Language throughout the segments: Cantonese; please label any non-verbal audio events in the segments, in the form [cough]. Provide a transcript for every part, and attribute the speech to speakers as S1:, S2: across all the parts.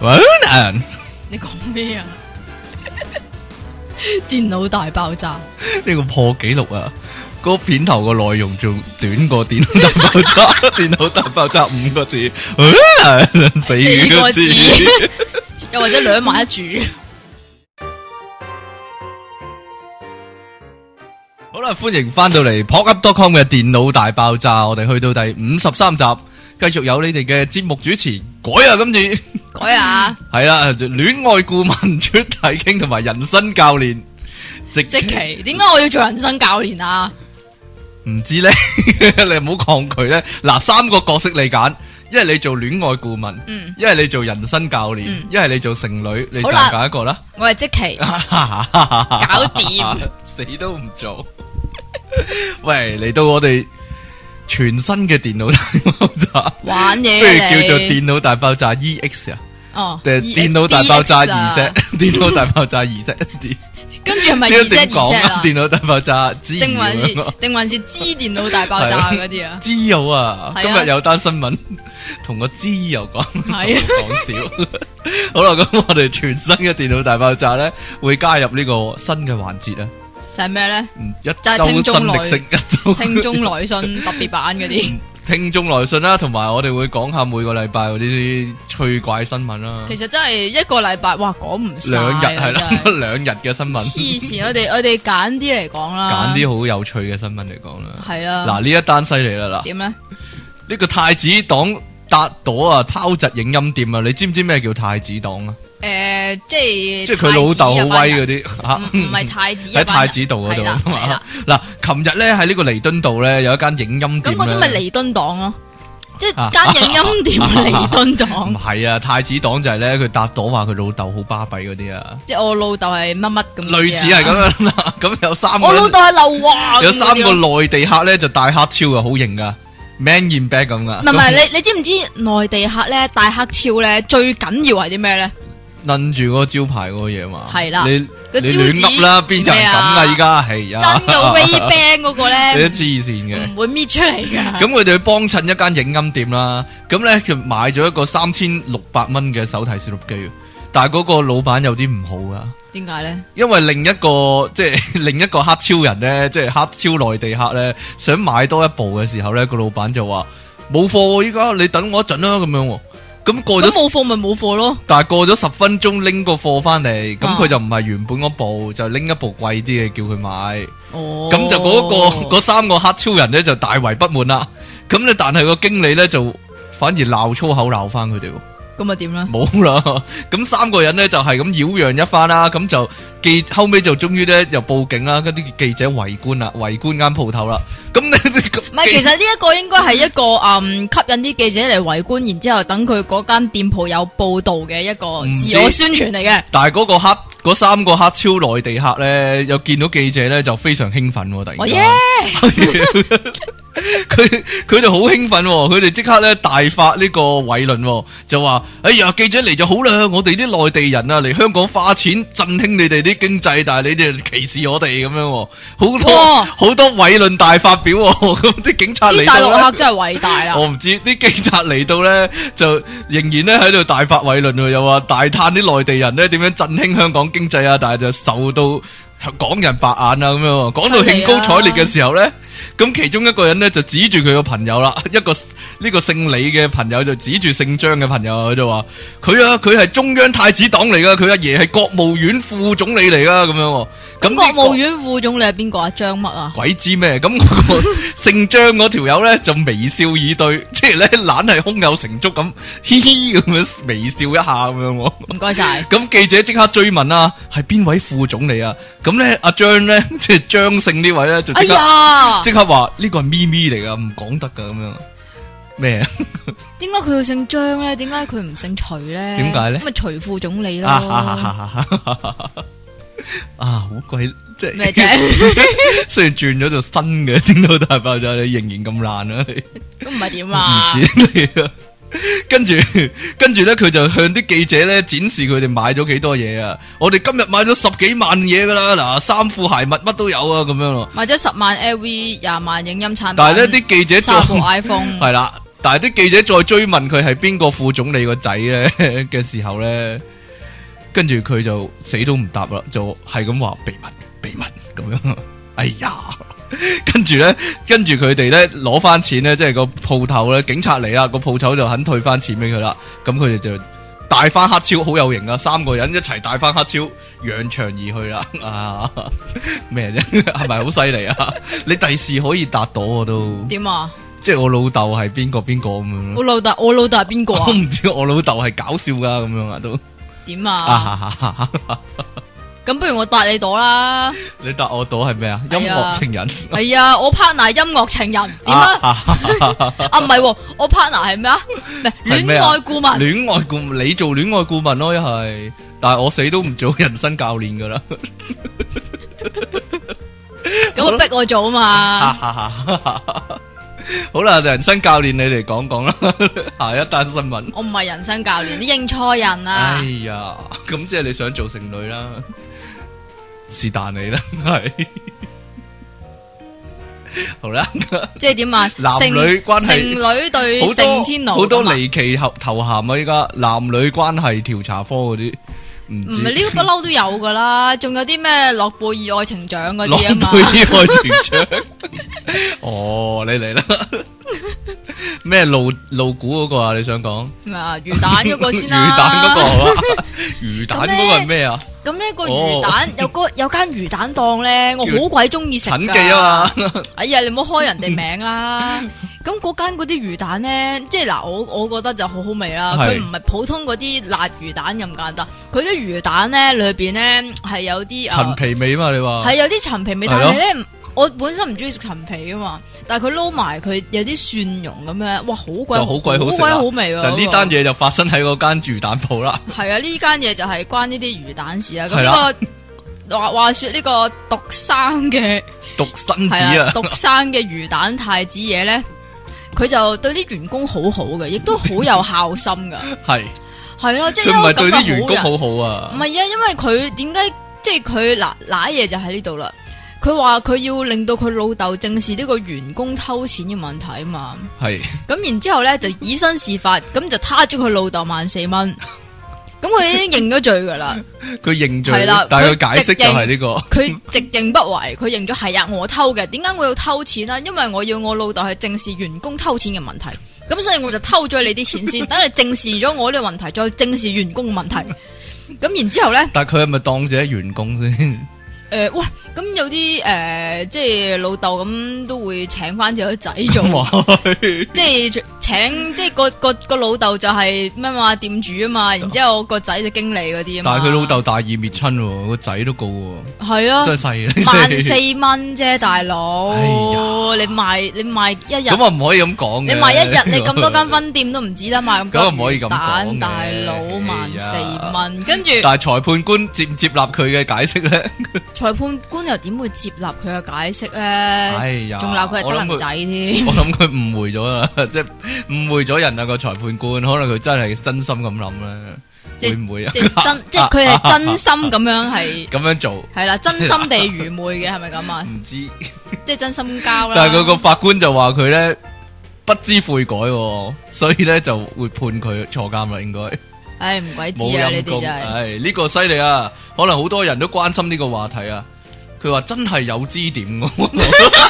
S1: Ronan
S2: 你講咩啊？ [laughs] 電腦大爆炸，
S1: 呢個破紀錄啊！嗰片頭個內容仲短過電腦大爆炸，電腦大爆炸五個字，Ronan 四
S2: 四
S1: 個
S2: 個字
S1: 字。
S2: 又或者兩萬一注， [laughs]
S1: 好啦，歡迎翻到嚟 p o c u p c o m 嘅電腦大爆炸，我哋去到第五十三集，繼續有你哋嘅節目主持改啊，今次。
S2: 改
S1: [laughs]
S2: 下啊
S1: 系啦，戀愛顧問出體傾同埋人生教練，直
S2: 即期。點解我要做人生教練啊？
S1: [laughs] 唔知咧， [laughs] 你唔好抗拒咧。嗱，三個角色你揀，一係你做戀愛顧問，
S2: 嗯，
S1: 一係你做人生教練
S2: 嗯，
S1: 一係你做剩女，你
S2: 好
S1: 就
S2: 啦
S1: 揀一個
S2: [laughs]
S1: 啦。
S2: 我係即
S1: [laughs]
S2: 期，
S1: 搞
S2: 掂，
S1: [laughs] 死都唔做。 [laughs] 喂，嚟到我哋全新嘅電腦大爆
S2: [laughs]
S1: 炸，
S2: 玩
S1: 不
S2: 嘢
S1: 如
S2: 啊
S1: 叫做
S2: 你
S1: 電腦大爆炸 EX 啊。
S2: 哦，E
S1: 定係電腦大爆炸
S2: 啊
S1: 儀式， [laughs] 電腦大爆炸儀式啲，
S2: 跟住
S1: [laughs]
S2: 係咪
S1: 呢
S2: 儀
S1: 個
S2: 式
S1: 點講
S2: 儀式
S1: 啊？
S2: 啊？
S1: 電腦大爆炸之
S2: 定還
S1: 咁
S2: 是
S1: 樣啊
S2: 定還是知電腦大爆炸嗰啲啊？
S1: 知友啊！
S2: 係
S1: 今
S2: 啊
S1: 日有單新聞 [laughs] 同個知友講，
S2: 係啊
S1: 講笑。 [laughs] 好啦，咁我哋全新嘅電腦大爆炸咧，會加入呢個新嘅環節啊！
S2: 就係咩咧？
S1: 嗯一
S2: 係
S1: 周新
S2: 聽眾
S1: 歷史，
S2: 來
S1: 一周
S2: 聽眾來信特別版嗰
S1: [laughs]
S2: 啲，
S1: 嗯聽眾來信啦，同埋我哋會講下每個禮拜嗰啲趣怪新聞啦，
S2: 其實真係一個禮拜，哇，講唔晒
S1: 兩
S2: 啊
S1: 日係啦
S2: 真，
S1: [laughs]
S2: 係
S1: 兩日嘅新聞。
S2: 黐線，我哋我哋揀啲嚟講啦，
S1: 揀啲好有趣嘅新聞嚟講啦。
S2: 係啦
S1: 嗱呢一單犀利啦，嗱
S2: 點咧？
S1: 呢個太子黨搭朵啊偷襲影音店啊，你知唔知咩叫太子黨啊？
S2: 诶，呃即係
S1: 即係佢老豆好威嗰
S2: 啲，
S1: 啲
S2: 唔
S1: 吓。
S2: 啊唔係太子一
S1: [laughs]
S2: 啊
S1: 喺
S2: 班人
S1: 太子道嗰
S2: 係啦
S1: [laughs] 度
S2: 係啦
S1: 啊嗱，琴日咧喺呢個彌敦道咧有一間影音店
S2: 咁嗰啲
S1: 呢
S2: 咪彌敦黨咯，即
S1: 啊
S2: 係間影音店彌敦
S1: 唔
S2: 黨，
S1: [laughs] 係啊，太子黨就係咧佢搭朵話佢老豆好巴閉嗰啲啊，
S2: 即係我老豆係乜乜咁，
S1: [laughs]
S2: 啊
S1: 類似係咁。樣啦。 [laughs] 咁有三
S2: 我
S1: 個
S2: 老
S1: 人
S2: 豆係劉華，
S1: 有三個內地客咧就戴黑超啊，好型噶，man in bag 咁噶。
S2: 唔係唔係，你你知唔知內地客咧戴黑超咧最緊要係啲咩咧？
S1: 拎住嗰個招牌嗰個嘢嘛，
S2: 係啦
S1: 你
S2: 個
S1: 你
S2: 招
S1: 亂
S2: 紙
S1: 噏啦，邊有人咁啊？
S2: 咩啊
S1: 依家係
S2: 真
S1: 啊，
S2: 嘅 Ray Ban 嗰
S1: [laughs]
S2: 個
S1: 你都
S2: 咧
S1: 黐線嘅。
S2: 唔會搣出嚟㗎。
S1: 咁佢哋去幫襯一間影音店啦，咁咧佢買咗一個三千六百蚊嘅手提攝錄機，但係嗰個老闆有啲唔好噶，
S2: 點解咧？
S1: 因為另一個 [laughs] 即係另一個黑超人咧，即係黑超內地客咧，想買多一部嘅時候咧，個老闆就話冇貨喎，依家你等我一陣啦咁樣喎，咁過
S2: 咁
S1: 咗。
S2: 冇貨咪冇貨咯。
S1: 但系过咗十分鐘拎個貨翻嚟，咁
S2: 啊
S1: 佢就唔係原本嗰部，就拎一部貴啲嘅叫佢買。
S2: 哦，
S1: 咁、就嗰、個嗰三個黑超人咧就大為不滿啦。咁咧，但係個經理咧就反而鬧粗口鬧翻佢哋喎，
S2: 咁啊點咧？
S1: 冇
S2: [laughs]
S1: 啦。咁三個人咧就係咁擾攘一番啦，咁就記後尾就終於咧又報警啦，嗰啲記者圍觀啦，圍觀間鋪頭啦。咁咧，
S2: 唔係，其實呢一個應該係一個嗯吸引啲記者嚟圍觀，然之後等佢嗰間店鋪有報導嘅一個
S1: 唔知
S2: 自我宣傳嚟嘅。
S1: 但係嗰個黑嗰三個黑超內地客咧，又見到記者咧就非常興奮喎，突然
S2: 我哦耶
S1: 間！ [laughs] 佢佢哋好興奮喎，佢哋即刻咧大發呢個偉論喎，就話：哎呀，記者嚟就好啦，我哋啲內地人啊嚟香港花錢振興你哋啲經濟，但係你哋歧視我哋咁樣喎，好多
S2: 哇
S1: 好多偉論大發表喎，咁啲警察
S2: 啲
S1: 嚟
S2: 大
S1: 到
S2: 陸
S1: 呢
S2: 客真係偉大啦！
S1: 我唔知啲警察嚟到咧，就仍然咧喺度大發偉論喎，啊又話大嘆啲內地人咧點樣振興香港經濟啊，但係就受到港人白眼啊咁樣喎。講到興高采烈嘅時候咧，咁其中一個人咧就指住佢個朋友啦，一個呢個姓李嘅朋友就指住姓張嘅朋友，佢就話：佢啊，佢係中央太子黨嚟噶，佢阿爺係國務院副總理嚟噶咁樣喎。
S2: 咁
S1: 呢個
S2: 國務院副總理係邊個啊？張乜啊？
S1: 鬼知咩？咁嗰個姓張嗰條友咧就微笑以對， [laughs] 即係咧懶係胸有成竹咁， [laughs] 嘻嘻咁樣微笑一下咁樣喎。
S2: 唔該晒。
S1: 咁記者即刻追問啊，係邊位副總理啊？咁咧阿張咧， [laughs] 即係張姓呢位咧就
S2: 哎
S1: 即刻
S2: 呀，
S1: 即刻話呢個係咪咪嚟噶，唔講得噶咁樣。咩啊？
S2: 點解佢要姓張咧？點解佢唔姓徐咧？
S1: 點解咧
S2: 咁咪徐副總理
S1: 啊哈
S2: 咯。
S1: 哈哈哈 [laughs] 啊，好鬼即係
S2: 咩啫？
S1: [laughs] 雖然轉咗做新嘅 [laughs] 電腦大爆炸，你仍然咁爛啊你！
S2: 咁唔係點啊？
S1: 唔止你啊！跟住，跟住咧，佢就向啲記者咧展示佢哋買咗幾多嘢啊！我哋今日買咗十幾萬嘢噶啦，嗱，衫褲鞋襪乜都有啊，咁樣咯。
S2: 買咗十萬 LV，廿萬影音產品。
S1: 但係咧，啲記者
S2: 三
S1: 仲
S2: 部 [laughs] iPhone。
S1: 係啦，但系啲記者再追問佢係邊個副總理個仔咧 [laughs] 嘅時候咧，跟住佢就死都唔答啦，就係咁話秘密秘密咁樣。 [laughs] 哎呀，跟住咧，跟住佢哋咧攞翻錢咧，即係個鋪頭咧，警察嚟啦，個鋪頭就肯退翻錢俾佢啦。咁佢哋就帶翻黑超，好有型啊！三個人一齊帶翻黑超，揚長而去啦。 [laughs] 啊，咩啫？ [laughs] 係咪好犀利啊？你第時可以達到我都。
S2: 点啊？
S1: 即系我老豆系边个边个咁样
S2: 我
S1: 咯。
S2: 老豆我老豆系边个啊
S1: [laughs] 我？唔知我老豆系搞笑噶咁样啊都。
S2: 点啊？ [laughs]
S1: 啊
S2: 咁不如我答你朵啦。
S1: 你答我到系咩啊？
S2: 係
S1: 音
S2: 啊
S1: 乐情人。
S2: 系啊，我 partner 音乐情人点啊？
S1: 啊？
S2: [laughs] 啊唔系，我 partner 系咩啊？唔系
S1: 係咩
S2: 恋
S1: 啊
S2: 爱顾问，
S1: 恋爱顾你做恋爱顾问咯，一系，但系我死都唔做人生教练噶啦。
S2: 咁我逼我做啊嘛。
S1: 好啦，人生教练你嚟讲讲啦， [laughs] 下一单新闻。
S2: 我唔系人生教练，你认错人啊
S1: 哎！呀，咁即系你想做剩女啦，是但你啦，系。好啦。
S2: 即系点啊？
S1: 男
S2: 性
S1: 女關係
S2: 性女对
S1: 好
S2: 性
S1: 多
S2: 天奴
S1: 好多
S2: 咁啊
S1: 離奇頭頭銜啊！依家男女關係調查科嗰啲，唔
S2: 唔
S1: 知
S2: 系呢個不嬲都有噶啦，仲有啲咩諾貝爾愛情獎嗰啲啊嘛
S1: 朗，貝愛情
S2: [laughs]
S1: 獎。哦，你嚟啦！咩露露股嗰個啊？你想講
S2: 咩啊魚蛋嗰個
S1: 魚
S2: 先啦。
S1: 蛋嗰個係嘛？
S2: [laughs]
S1: 魚蛋嗰個係咩啊？
S2: 咁呢個
S1: 哦
S2: 魚蛋有個有間魚蛋檔咧，我好鬼中意食
S1: 陳 [laughs]
S2: 噶。
S1: 記啊！嘛，
S2: 哎呀，你唔好開人哋名
S1: [laughs]
S2: 啦。咁嗰間嗰啲魚蛋咧，即係嗱，我我覺得就好好味啦。
S1: 係
S2: 佢唔係普通嗰啲辣魚蛋咁簡單，佢啲魚蛋咧裏边咧係有啲
S1: 陳
S2: 啊，
S1: 皮味嘛？你話
S2: 係有啲陳皮味，
S1: 係
S2: 但
S1: 咯
S2: 係咧我本身唔中意食陳皮噶嘛，但係佢撈埋佢有啲蒜蓉咁樣，哇，好鬼
S1: 就好鬼好
S2: 好
S1: 食
S2: 鬼
S1: 啦
S2: 好味啊！
S1: 就呢單嘢就發生喺嗰間魚蛋鋪啦。
S2: 系啊，呢間嘢就係關呢啲魚蛋事啊。咁
S1: 係啦
S2: 呢個話話说呢個獨生嘅
S1: 獨生子
S2: 係啊
S1: 啊，
S2: 獨生嘅魚蛋太子爺咧，佢就對啲員工好好嘅，亦都好有
S1: [laughs]
S2: 孝心噶。
S1: 係
S2: 係咯，即係
S1: 佢唔係對啲員
S2: 員
S1: 工
S2: 好
S1: 好
S2: 人。
S1: 好
S2: 唔
S1: 啊，
S2: 係啊，因為佢點解即係佢嗱嗱嘢就喺呢度啦。佢話佢要令到佢老豆正視呢個員工偷錢嘅問題啊嘛。
S1: 係
S2: 咁然之后咧就以身試法，咁就他咗佢老豆萬四蚊。咁佢已經認咗罪噶啦。
S1: 佢認罪
S2: 係啦，
S1: 但係
S2: 佢
S1: 佢解釋
S2: 直
S1: 就
S2: 認
S1: 係呢個。
S2: 佢直認不諱，佢認咗係啊，我偷嘅。點解我要偷錢啊？因為我要我老豆去正視員工偷錢嘅問題，咁所以我就偷咗你啲錢先，等你正視咗我呢個問題，再正視員工嘅問題。咁然之後咧，
S1: 但佢係咪當自己員工
S2: [laughs]
S1: 先？，
S2: 诶、喂，咁有啲诶、誒即係老豆咁都會請翻自己仔做
S1: 哇
S2: 即係請即係個個個老豆就係咩嘛店主啊嘛，然之后個仔就經理嗰啲啊嘛。
S1: 但係佢老豆大義滅親喎，個仔都告喎，
S2: 係啊，
S1: 真係細啊！
S2: [laughs] 萬四蚊啫，大佬
S1: 哎，呀
S2: 你賣你賣一日。
S1: 咁啊，唔可以咁講
S2: 你
S1: 嘅
S2: 賣
S1: [laughs]
S2: 一日，你咁多間分店都唔止啦，賣咁多
S1: 咁啊唔可以咁講嘅哎
S2: 蛋大佬萬四蚊，跟住
S1: 但係裁判官接唔接納佢嘅解釋咧？
S2: 裁判官又點會接納佢嘅解釋咧？
S1: 哎呀，
S2: 仲鬧佢係
S1: 我
S2: 得
S1: 諗
S2: 能
S1: 佢，[laughs]
S2: 仔添，
S1: 我諗佢誤會咗啦， [laughs] 即係誤會咗人啊個裁判官，可能佢真係真心咁諗咧，
S2: 即
S1: 會唔會啊？
S2: 即係真，
S1: [laughs]
S2: 即係佢係真心咁樣係，
S1: 咁樣做
S2: 係啦，真心地愚昧嘅係咪咁啊？
S1: 唔知，
S2: 即係真心交
S1: 哎
S2: 啦。
S1: 但係佢個法官就話佢咧不知悔改喎，所以咧就會判佢坐監啦，應該。
S2: 唉，唔鬼知
S1: 冇
S2: 啊！呢
S1: 陰
S2: 啲
S1: 功，
S2: 真係
S1: 唉，呢個犀利啊！可能好多人都關心呢個話題啊。佢話真係有支點喎， [laughs]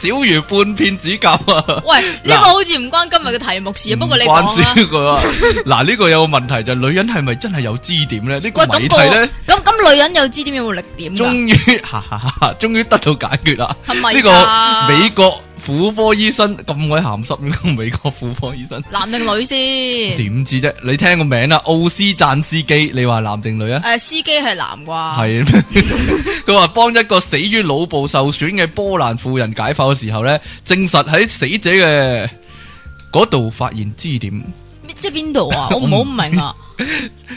S1: 小如半片指甲啊！
S2: 喂，呢個好似唔關今日嘅題目事啊，不過你
S1: 唔關
S2: 講
S1: [laughs]
S2: 啦
S1: 事。佢話嗱，呢個有個問題就係女人係咪真係有支點咧？呢個
S2: 喂，咁
S1: 謎
S2: 個
S1: 題咧，
S2: 咁咁女人又知點有冇力點
S1: 終
S2: 㗎？
S1: 於 [laughs] 哈哈哈，終於得到解決啦！
S2: 係咪
S1: 呢
S2: 㗎
S1: 個美國婦科醫生咁鬼鹹濕，呢個美國婦科醫生
S2: 男定女先？
S1: 點知啫？你聽個名啦，奧斯贊斯基，你話男定女啊？
S2: 诶、司機係男啩？
S1: 系咩？ [laughs] 佢话帮一个死于脑部受损嘅波兰妇人解剖嘅时候咧，证实喺死者嘅嗰度发现支点，
S2: 系即係邊度
S1: [laughs]
S2: 啊？我唔好唔明啊！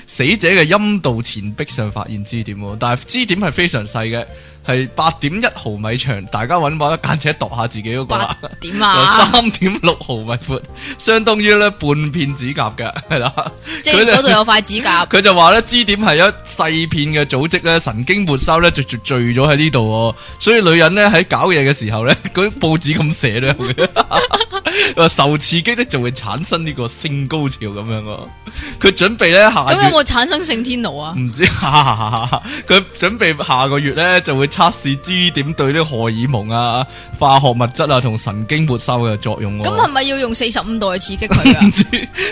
S1: 死者嘅阴道前壁上发现支点喎，但系支点系非常细嘅，系八点一毫米长，大家揾把間尺度下自己嗰個
S2: 八
S1: 啦。
S2: 点
S1: 就
S2: 啊，
S1: [laughs] 三點六毫米闊，相當於咧半片指甲嘅，係啦。
S2: 即系
S1: 佢呢
S2: 嗰度有块指甲，
S1: 啊佢就話咧支點係一細片嘅組織咧，神經末梢咧就聚聚咗喺呢度喎，所以女人咧喺搞嘢嘅時候咧， [laughs] 嗰啲報紙咁寫咧，話 [laughs] 受刺激咧就會產生呢個性高潮咁樣喎。佢準備咧下
S2: 咁
S1: 月嗯
S2: 有冇产生性天奴啊？
S1: 唔知， [laughs] 佢準備下個月咧就會測試支點對呢個荷爾蒙啊、化學物質啊同神經末梢嘅作用喎。
S2: 咁系咪要用四十五度去刺
S1: [laughs]
S2: 激佢啊
S1: 唔？知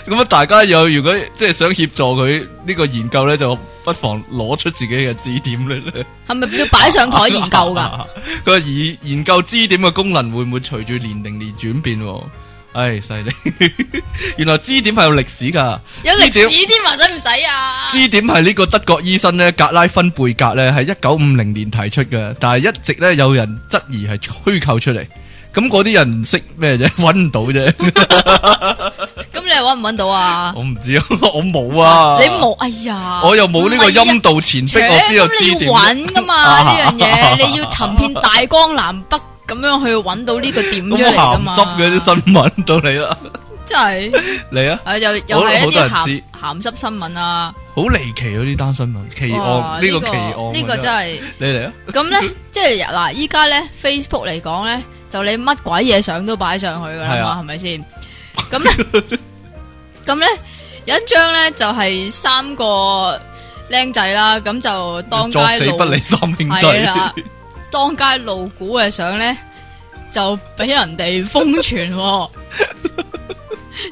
S1: 咁啊！大家有如果即係想協助佢呢個研究咧，就不妨攞出自己嘅支點咧，
S2: 系咪要摆上台研究噶？。
S1: [laughs] 佢話研研究支點嘅功能會唔會隨住年齡而轉變喎？唉，犀利！ [laughs] 原來支點係有歷史㗎。
S2: 有
S1: 支
S2: 历
S1: 點
S2: 史添啊，使唔使啊？
S1: 支點係呢個德國醫生咧格拉芬貝格咧係一九五零年提出嘅，但係一直咧有人質疑係虛構出嚟。咁嗰啲人唔識咩
S2: [laughs]
S1: 啫，揾唔到啫，
S2: 咁你又搵唔搵到啊？
S1: 我唔知，我冇 [laughs] 啊，
S2: 你冇，哎呀，
S1: 我又冇呢個
S2: 唔係啊
S1: 陰道前壁，
S2: 切
S1: 我邊有
S2: 咁
S1: 支
S2: 你
S1: 點
S2: 要
S1: 啫？
S2: 揾噶
S1: [laughs]
S2: 嘛呢樣嘢，你要尋遍大江南北咁樣去揾到呢個點出
S1: 咁
S2: 嚟噶
S1: 鹹 [laughs]
S2: 嘛？
S1: 濕嘅啲新聞到你啦，
S2: 真係，
S1: 你啊，
S2: 啊又又係一啲
S1: 好多人知
S2: 鹹鹹濕新聞啊！
S1: 好離奇啊！呢單新聞奇
S2: 哇
S1: 案，呢個奇案啊，
S2: 呢個真係
S1: 你嚟啊！
S2: 咁咧，即係嗱，依家咧 Facebook 嚟講咧，就你乜鬼嘢相都擺
S1: [laughs]
S2: 上去噶
S1: 係
S2: 啦
S1: 啊
S2: 嘛，係咪先？咁咧，咁咧有一張咧就係三個僆仔啦，咁就當
S1: 作
S2: 街
S1: 死不
S2: 路
S1: 離三兄
S2: 係啦
S1: 弟，
S2: 当街露股嘅相咧，就俾人哋疯傳喎，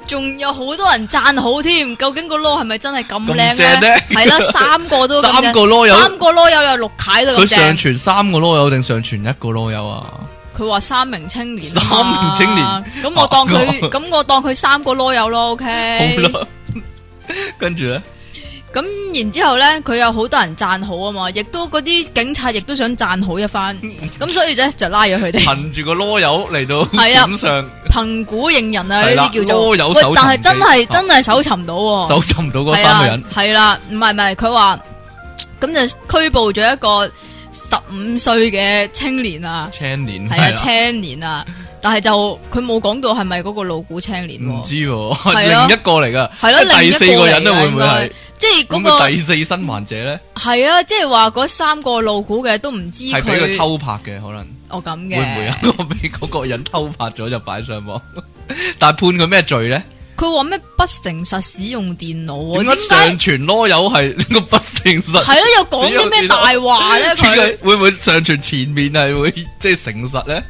S2: 仲有好多人讚好添。究竟個啰係咪真係咁
S1: 咁
S2: 靚
S1: 正
S2: 咧？
S1: 咧
S2: 係啦，三
S1: [laughs]
S2: 個都咁
S1: 三個
S2: 正，
S1: 啰柚，
S2: 三個啰柚有六楷都
S1: 佢
S2: 咁
S1: 上
S2: 正。
S1: 傳三個啰柚定上傳一個啰柚啊？
S2: 佢話三名青年，
S1: 三名青哦
S2: 年。咁我當佢，咁我當佢三個啰柚咯，OK
S1: 好。啦， [laughs] 跟住咧，
S2: 咁然之后咧，佢有好多人讚好啊嘛，亦都嗰啲警察亦都想讚好
S1: [laughs]
S2: 一番，咁所以咧就拉咗佢哋。
S1: 憑住個啰柚嚟到
S2: 係啊
S1: 點上
S2: 凭估認人啊，
S1: 係啦
S2: 呢啲叫做。
S1: 啰柚
S2: 喂
S1: 搜尋，
S2: 但係真係
S1: 器
S2: 真係搜尋到喎。
S1: 搜尋到嗰三個人，
S2: 哦係啊啦，係啦唔係唔係，佢話咁就拘捕咗一個十五歲嘅青年啊，
S1: 青年
S2: 係啊
S1: 係啦
S2: 青年啊，但係就佢冇講到係咪嗰個老古青年
S1: 唔
S2: 喎，
S1: 知喎，
S2: 係
S1: 另
S2: 啊
S1: 一個嚟噶，
S2: 係咯
S1: 即係第
S2: 另一個
S1: 四個人咧啊
S2: 嚟㗎
S1: 會唔會係
S2: 應即係
S1: 咁
S2: 嗰
S1: 佢
S2: 個
S1: 第四生還者咧？
S2: 係啊，即係話嗰三個老古嘅都唔知
S1: 係俾佢
S2: 佢
S1: 偷拍嘅，可能
S2: 哦咁
S1: 會唔會
S2: 嘅，
S1: 啊？ [laughs] 我俾嗰個人偷拍咗就擺上網， [laughs] 但係判佢咩罪咧？
S2: 佢話咩不誠實使用電腦
S1: 點
S2: 喎，
S1: 解上
S2: 點解
S1: 傳啰柚係 [laughs] 呢個不誠實？
S2: 係咯？又講啲咩大
S1: [laughs]
S2: 話咧？佢
S1: 佢會唔會上傳前面係會即係誠實咧？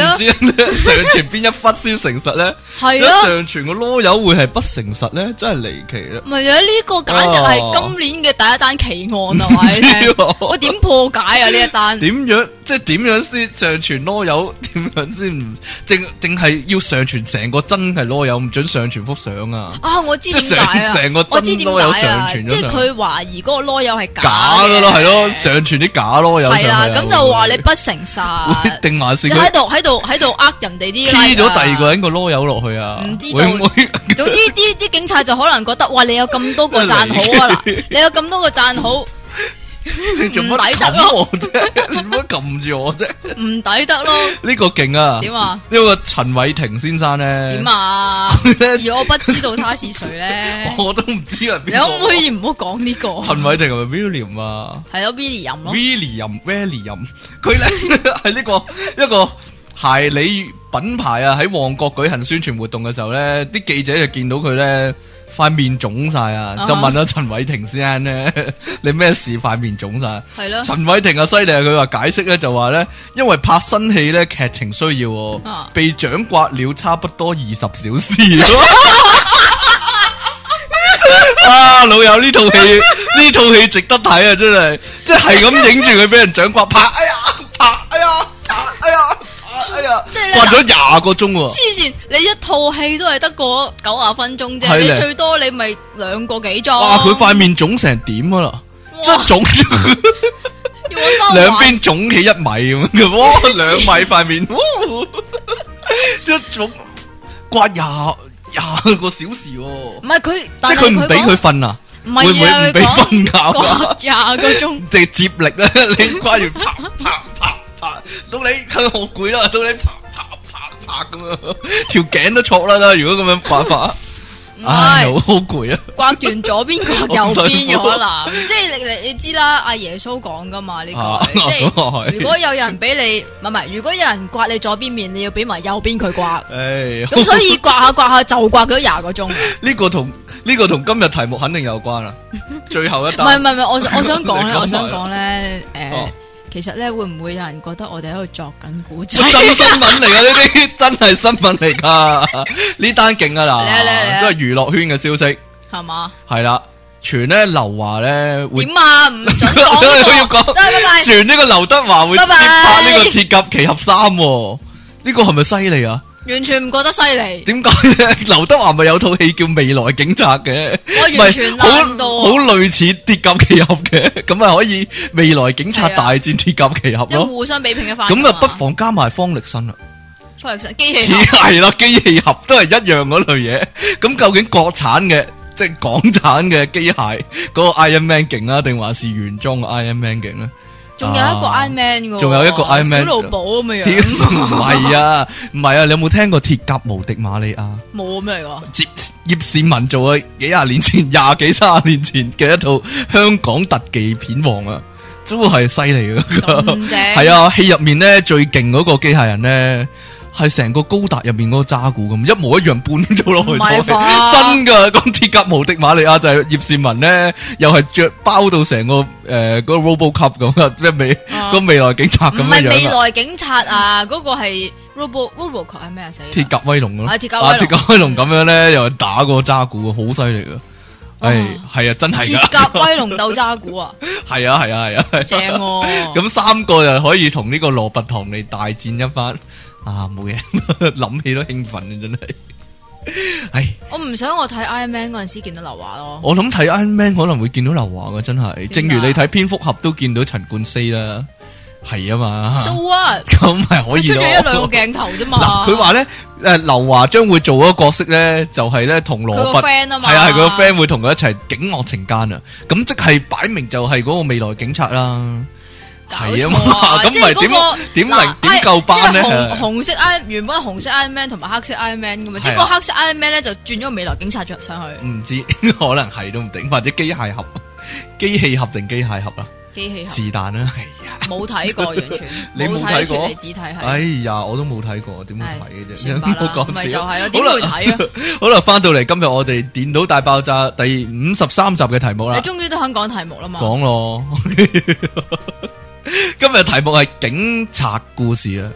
S1: 唔
S2: 啊
S1: 知咧 [laughs] 上傳邊一忽先誠實咧？一
S2: 係啊。
S1: 上傳個啰柚會係不誠實咧？真係離奇啦！
S2: 唔係啊！呢、個簡直
S1: 哦
S2: 係今年嘅第一單奇案啊！話你聽，我點破解啊呢一
S1: [laughs]
S2: 單？
S1: 點樣即係點樣先上傳啰柚？ [laughs] 點樣先唔定定係要上傳成個真係啰柚，唔准上傳幅相啊？
S2: 啊！我知點
S1: 即
S2: 解
S1: 係
S2: 啊
S1: 成成個！真
S2: 我知點
S1: 啰柚
S2: 解
S1: 上
S2: 啊！
S1: 傳咗
S2: 即係佢懷疑嗰個啰柚係
S1: 假
S2: 嘅
S1: 噶咯，係咯，上傳啲假啰柚上去
S2: 係
S1: 啊。
S2: 啦，咁就話你不誠
S1: [laughs] 會唔會
S2: 實，
S1: 定還是
S2: 你
S1: 佢
S2: 喺度喺度喺度呃人哋啲
S1: key 咗
S2: like 啊
S1: 第二個。人個啰柚落去啊？
S2: 唔知道
S1: 會唔會？ [laughs]
S2: 總之啲啲警察就可能覺得，哇！你有咁多個讚好
S1: [laughs]
S2: 啊嗱，你有咁多個讚好，唔
S1: 你做乜
S2: 抵得
S1: 冚我啫？ [laughs] 你做乜撳住我啫？
S2: 抵
S1: [laughs]
S2: 得咯？
S1: 呢個勁啊！
S2: 點啊？
S1: 呢個陳偉霆先生咧
S2: 點，啊？
S1: 咧
S2: 而我不知道他是誰
S1: [laughs]
S2: 咧，
S1: 我都唔知係
S2: 你
S1: 邊
S2: 可唔
S1: 個
S2: 可。以唔好講呢個？
S1: 陳偉霆係咪 William 啊？
S2: 系咯，William 咯，
S1: William William，佢咧喺呢 [laughs] 個一個鞋履品牌啊，喺旺角舉行宣傳活動嘅時候咧，啲記者就見到佢咧塊面腫晒啊
S2: 啊哈
S1: 就問阿陳偉霆先生咧， [laughs] 你咩事塊面腫晒？
S2: 係咯，
S1: 陳偉霆啊，犀利啊！佢話解釋咧就話咧，因為拍新戲咧劇情需要喎，
S2: 啊
S1: 被掌摑了差不多二十小時。
S2: [laughs]
S1: 啊，老友呢套戲呢套戲值得睇啊！真係，即係咁影住佢俾人掌摑，拍哎呀，拍哎呀，拍哎呀，拍哎呀，
S2: 即係呢
S1: 刮咗廿個鐘喎。
S2: 黐線，你一套戲都係得個九啊分鐘啫，
S1: 係
S2: 你
S1: 咧
S2: 最多你咪兩個幾鐘。
S1: 哇！佢塊面腫成點啊啦，即係
S2: 哇
S1: 腫咗。
S2: 要搵翻
S1: 两边肿起一米 [laughs] 咁嘅，哇，两米块面，哇一种刮廿廿个小时喎，
S2: 唔係佢，
S1: 即
S2: 但
S1: 系
S2: 係
S1: 佢唔俾佢
S2: 講
S1: 瞓啊，
S2: 唔
S1: 会唔
S2: 系啊，
S1: 会唔俾
S2: 佢
S1: 瞓
S2: [laughs]
S1: 觉啊？
S2: 讲廿个钟，
S1: 即係接力 [laughs] 咧，你跨完啪啪啪啪，到 [laughs] 你佢好攰啦，到你啪啪啪啪咁样，条頸都錯啦啦，如果咁樣辦法，
S2: 唔
S1: 唉，好
S2: 系
S1: 好攰啊！
S2: 刮完左边刮
S1: [laughs]
S2: 右
S1: 好
S2: 边
S1: 辛
S2: 嘅
S1: 苦
S2: 可能，即系你你你知啦，阿耶穌講噶嘛呢
S1: 啊
S2: 句，即系
S1: [laughs] 咁啊係
S2: 如果有人俾你唔係唔係，如果有人刮你左邊面，你要俾埋右邊佢
S1: [laughs]
S2: 刮，
S1: 唉，
S2: 咁所以刮下刮下就刮咗廿個鐘。
S1: 呢個同呢個同今日題目肯定有關啦。最後一
S2: 唔係
S1: 單
S2: 唔係唔係，我
S1: [laughs]
S2: 想我想講
S1: 你
S2: 咧，
S1: 講
S2: 我想
S1: 埋啦
S2: 講咧，
S1: 哦
S2: 诶，其實咧會唔會有人覺得我哋喺度作緊古仔
S1: 真？新聞嚟噶，呢啲 [laughs] 真係新聞嚟噶，呢單勁啊
S2: 嚟啊嚟啊嚟
S1: 嗱，
S2: 啊
S1: 都係娛樂圈嘅消息，
S2: [laughs] 係嘛？
S1: 係啦，傳咧劉華咧會
S2: 點啊？唔准
S1: [laughs]
S2: 講
S1: 都要
S2: 呢個，
S1: 講
S2: 得拜拜。
S1: 传呢个刘德华会接
S2: 拜拜
S1: 拍呢个铁甲奇侠三、喎，呢、 [laughs] 個个系咪犀利啊？
S2: 完全唔覺得犀利，
S1: 点解咧？刘德华咪有套戏叫《未來警察》嘅，
S2: 我完全
S1: 咪好
S2: 諗唔到啊
S1: 好类似鐵甲奇俠嘅，咁咪可以《未來警察
S2: 係啊
S1: 大戰鐵甲奇俠》
S2: 有
S1: 咯。
S2: 互相比拼嘅反應
S1: 咁啊，不
S2: 嘛
S1: 妨加埋方力申啦，
S2: 方力
S1: [laughs]
S2: 申機器人
S1: 系啦，機器俠都係一樣嗰類嘢。咁究竟國產嘅，即係港產嘅機械嗰、個 Iron Man 勁啊，定還是原裝嘅 Iron Man 勁咧？
S2: 仲有一個
S1: 啊
S2: Iron Man 嘅喎，
S1: 仲有一個 Iron
S2: 小
S1: Man
S2: 露寶咁嘅
S1: 屌， [laughs] 唔
S2: 樣，
S1: 係啊，唔係啊，你有冇聽過鐵甲無敵瑪利亞？
S2: 冇咁嚟
S1: [laughs]
S2: 㗎，
S1: 葉葉倩文做嘅幾廿年前、 [laughs] 廿幾三十年前嘅一套香港特技片王啊，都係犀利啊嘅。
S2: 咁正
S1: 係啊，戲入面咧最勁嗰個機械人咧，係成個高達入面嗰個渣古咁，一模一樣搬咗落
S2: 唔
S1: 去
S2: 係
S1: 咗。
S2: 啩
S1: 真噶，咁鐵甲無敵瑪利亞就係葉倩文咧，又係着包到成個诶嗰、個 RoboCop 咁啊，即係未
S2: 啊
S1: 個未來警察咁
S2: 唔
S1: 樣
S2: 係未
S1: 樣啊。
S2: 來警察啊，嗰個係 Robo Robo 係咩啊？死啦
S1: 鐵甲威龍咯，
S2: 啊鐵甲威龍
S1: 鐵甲威龍咁樣咧，又打過渣古，好犀利噶。
S2: 哇
S1: 係係啊，真係
S2: 鐵
S1: 噶，
S2: 甲威龍鬥渣古啊，
S1: [laughs] 係啊係啊係啊係啊。
S2: 正喎。
S1: 咁三個就可以同呢個羅拔唐尼大戰一番啊！冇嘢， [laughs] 諗起都興奮啊！真係。唉，
S2: 我唔想我睇 Iron Man 嗰陣時見到劉華咯，
S1: 我諗睇 Iron Man 可能會見到劉華噶，真係。正如你睇蝙蝠俠都見到陳冠希啦，係啊嘛。
S2: So what？
S1: 咁咪可
S2: 佢
S1: 以
S2: 出咗
S1: 咯。
S2: 一兩個啊鏡頭啫嘛。
S1: 嗱，佢話咧，诶，劉華將會做嗰個角色咧，就係咧同羅
S2: 佢
S1: 拔
S2: 個 friend 啊嘛，
S1: 系啊，系佢個 friend 會同佢一齊警惡懲奸啊！咁即係擺明就係嗰個未來警察啦，
S2: 搞
S1: 係啊
S2: 錯啊
S1: 嘛，咁
S2: 即
S1: 咪
S2: 係嗰個
S1: 點點
S2: 嗱哎
S1: 能點夠班咧？
S2: 即係紅
S1: 係
S2: 紅色 Iron 原本係紅色 Iron Man 同埋黑色 Iron Man 噶嘛，即係
S1: 係啊
S2: 個黑色 Iron Man 咧就轉咗未來警察着上去
S1: 唔知 [laughs] 可能係都唔定，或者機械俠、 [laughs] 機器俠定機械俠啦，
S2: 機器俠，
S1: 是但啦。係啊，
S2: 冇
S1: [laughs]
S2: 睇過完全，
S1: 你冇睇
S2: 睇
S1: 過
S2: 脱離子體
S1: 哎
S2: 係，
S1: 呀，我都冇睇過，點會睇嘅 [laughs] 啫？
S2: 算罷啦，
S1: 講
S2: 咪就
S1: 笑。
S2: 係咯，點會睇啊？
S1: 好啦，翻到嚟今日我哋電腦大爆炸第五十三集嘅題目啦
S2: 你。終於都肯講題目啦嘛，
S1: 讲咯。 [laughs] 今日題目係警察故事啊，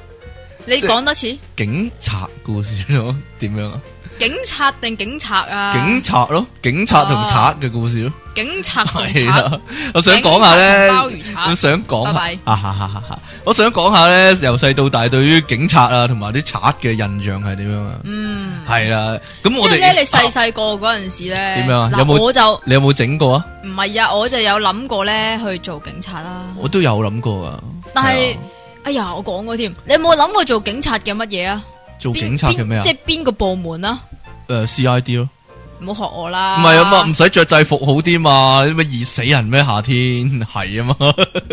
S2: 你講多次，
S1: 警察故事咯，點樣啊？
S2: 警察定警察啊？
S1: 警察咯，警察同賊嘅故事咯，
S2: 警察同
S1: 係啊
S2: 賊，
S1: 啦。我想講下
S2: 警察同
S1: 咧
S2: 鮑魚，
S1: 我
S2: 賊，
S1: 想講下
S2: 拜拜，
S1: 啊哈哈哈哈我想講下咧，由細到大對於警察啊同埋啲賊嘅印象係點樣啊？
S2: 嗯，
S1: 係啦，咁我
S2: 即係咧，你細
S1: 哋啊
S2: 細個嗰陣時咧，
S1: 點樣啊
S2: 嗱
S1: 有冇
S2: 我就
S1: 你有冇整過啊？
S2: 唔係啊，我就有諗過咧去做警察啦。
S1: 我都有諗過啊，
S2: 但係
S1: 係啊
S2: 哎呀，我講過添，你有冇諗過做警察嘅乜嘢啊？
S1: 做
S2: 邊
S1: 警察嘅咩啊
S2: 邊即？係邊個部門啊？
S1: 誒 CID 咯。
S2: 唔好學我啦。
S1: 唔系啊嘛，唔使着制服好啲嘛，咁咪熱死人咩？夏天係啊嘛， [laughs]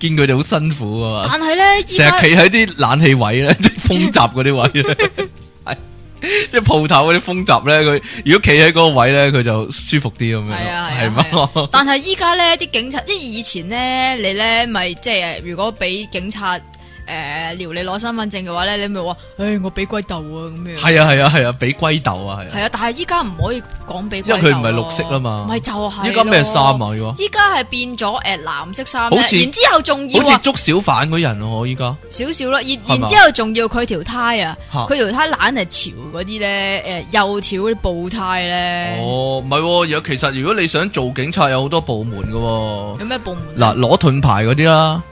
S1: 見佢哋好辛苦啊嘛，
S2: 但係咧，依
S1: 成日
S2: 家
S1: 企喺啲冷氣位咧，即 [laughs] 係風閘嗰啲
S2: [laughs]
S1: 位咧，係即係鋪頭嗰啲風閘咧，佢如果企喺嗰個位咧，佢就舒服啲咁樣，
S2: 係啊
S1: 係
S2: 係
S1: 嘛
S2: 啊，係啊但係依家咧啲警察，即係以前咧，你咧咪即係如果俾警察诶撩你攞身份證嘅話咧，你咪話，唉，我俾龜豆啊咁樣。
S1: [laughs] 係啊係啊係啊，俾龜竇啊係
S2: 系
S1: 啊，
S2: 啊，但系依家唔可以講俾，
S1: 因為佢唔係綠色啦嘛
S2: 咪就係
S1: 依家咩衫
S2: 咯？
S1: 啊？依家
S2: 依家係變咗诶藍色衫咧，
S1: 好似
S2: 然之后仲要
S1: 好似
S2: 啊
S1: 捉小販嗰人哦，依家
S2: 少少啦，
S1: 嘛
S2: 然然之后仲要佢條胎啊，
S1: 嚇
S2: 佢條胎懶係潮嗰啲咧，诶幼條嗰啲布胎咧，
S1: 哦，唔係喎，有其實如果你想做警察，有好多部門噶喎，
S2: 有咩部門啊？
S1: 嗱攞盾牌嗰啲啦。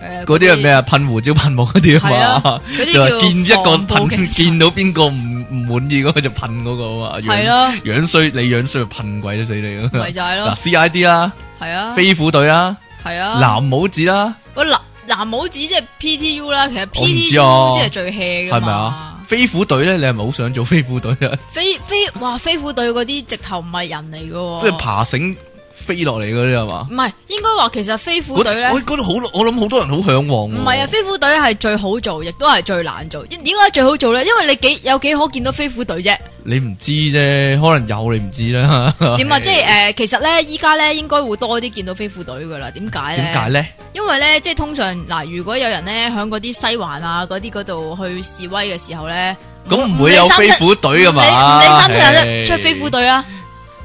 S2: 诶
S1: 嗰啲係咩？啊？噴胡椒噴霧嗰啲啊
S2: 係
S1: 嘛
S2: 啊，
S1: [laughs] 就
S2: 嗰啲
S1: 係
S2: 叫
S1: 見一個
S2: 防暴
S1: 噴，
S2: 警察
S1: 見到邊個唔唔滿意嗰個就噴嗰個啊嘛，
S2: 係
S1: 樣
S2: 咯，
S1: 樣衰你樣衰就噴鬼都死你啊！
S2: 咪就係
S1: 嗱
S2: 咯，
S1: ，CID 啦，
S2: 係啊，
S1: 飛虎隊啦，
S2: 係啊，
S1: 藍帽子啦，
S2: 個藍藍帽子即係 PTU 啦，其實
S1: 我唔知啊
S2: PTU 先係最 hea 噶
S1: 係咪
S2: 嘛
S1: 啊？。飛虎隊咧，你係咪好想做飛虎隊啊？
S2: 飛飛哇飛虎隊嗰啲直頭唔係人嚟噶，
S1: 即係爬繩飛落嚟嗰啲係嘛？
S2: 唔係應該話其實飛虎
S1: 嗰
S2: 隊咧
S1: 我。嗰度好，我諗好多人好向往喎。
S2: 唔係啊，飛虎隊係最好做，亦都係最難做。點解最好做咧？因為你幾有幾可見到飛虎隊啫？
S1: 你唔知啫，可能有你唔知啦。
S2: 點啊？即係诶，呃其實咧，依家咧應該會多啲見到飛虎隊噶啦。點解咧？
S1: [laughs] 點解咧？
S2: 因為咧，即係通常嗱，如果有人咧喺嗰啲西環啊嗰啲嗰度去示威嘅時候咧，
S1: 咁唔
S2: 理
S1: 會有
S2: 三
S1: 飛
S2: 七
S1: 虎隊噶嘛？
S2: 唔理唔理三七
S1: 唉
S2: 廿一出飛虎啊隊啦，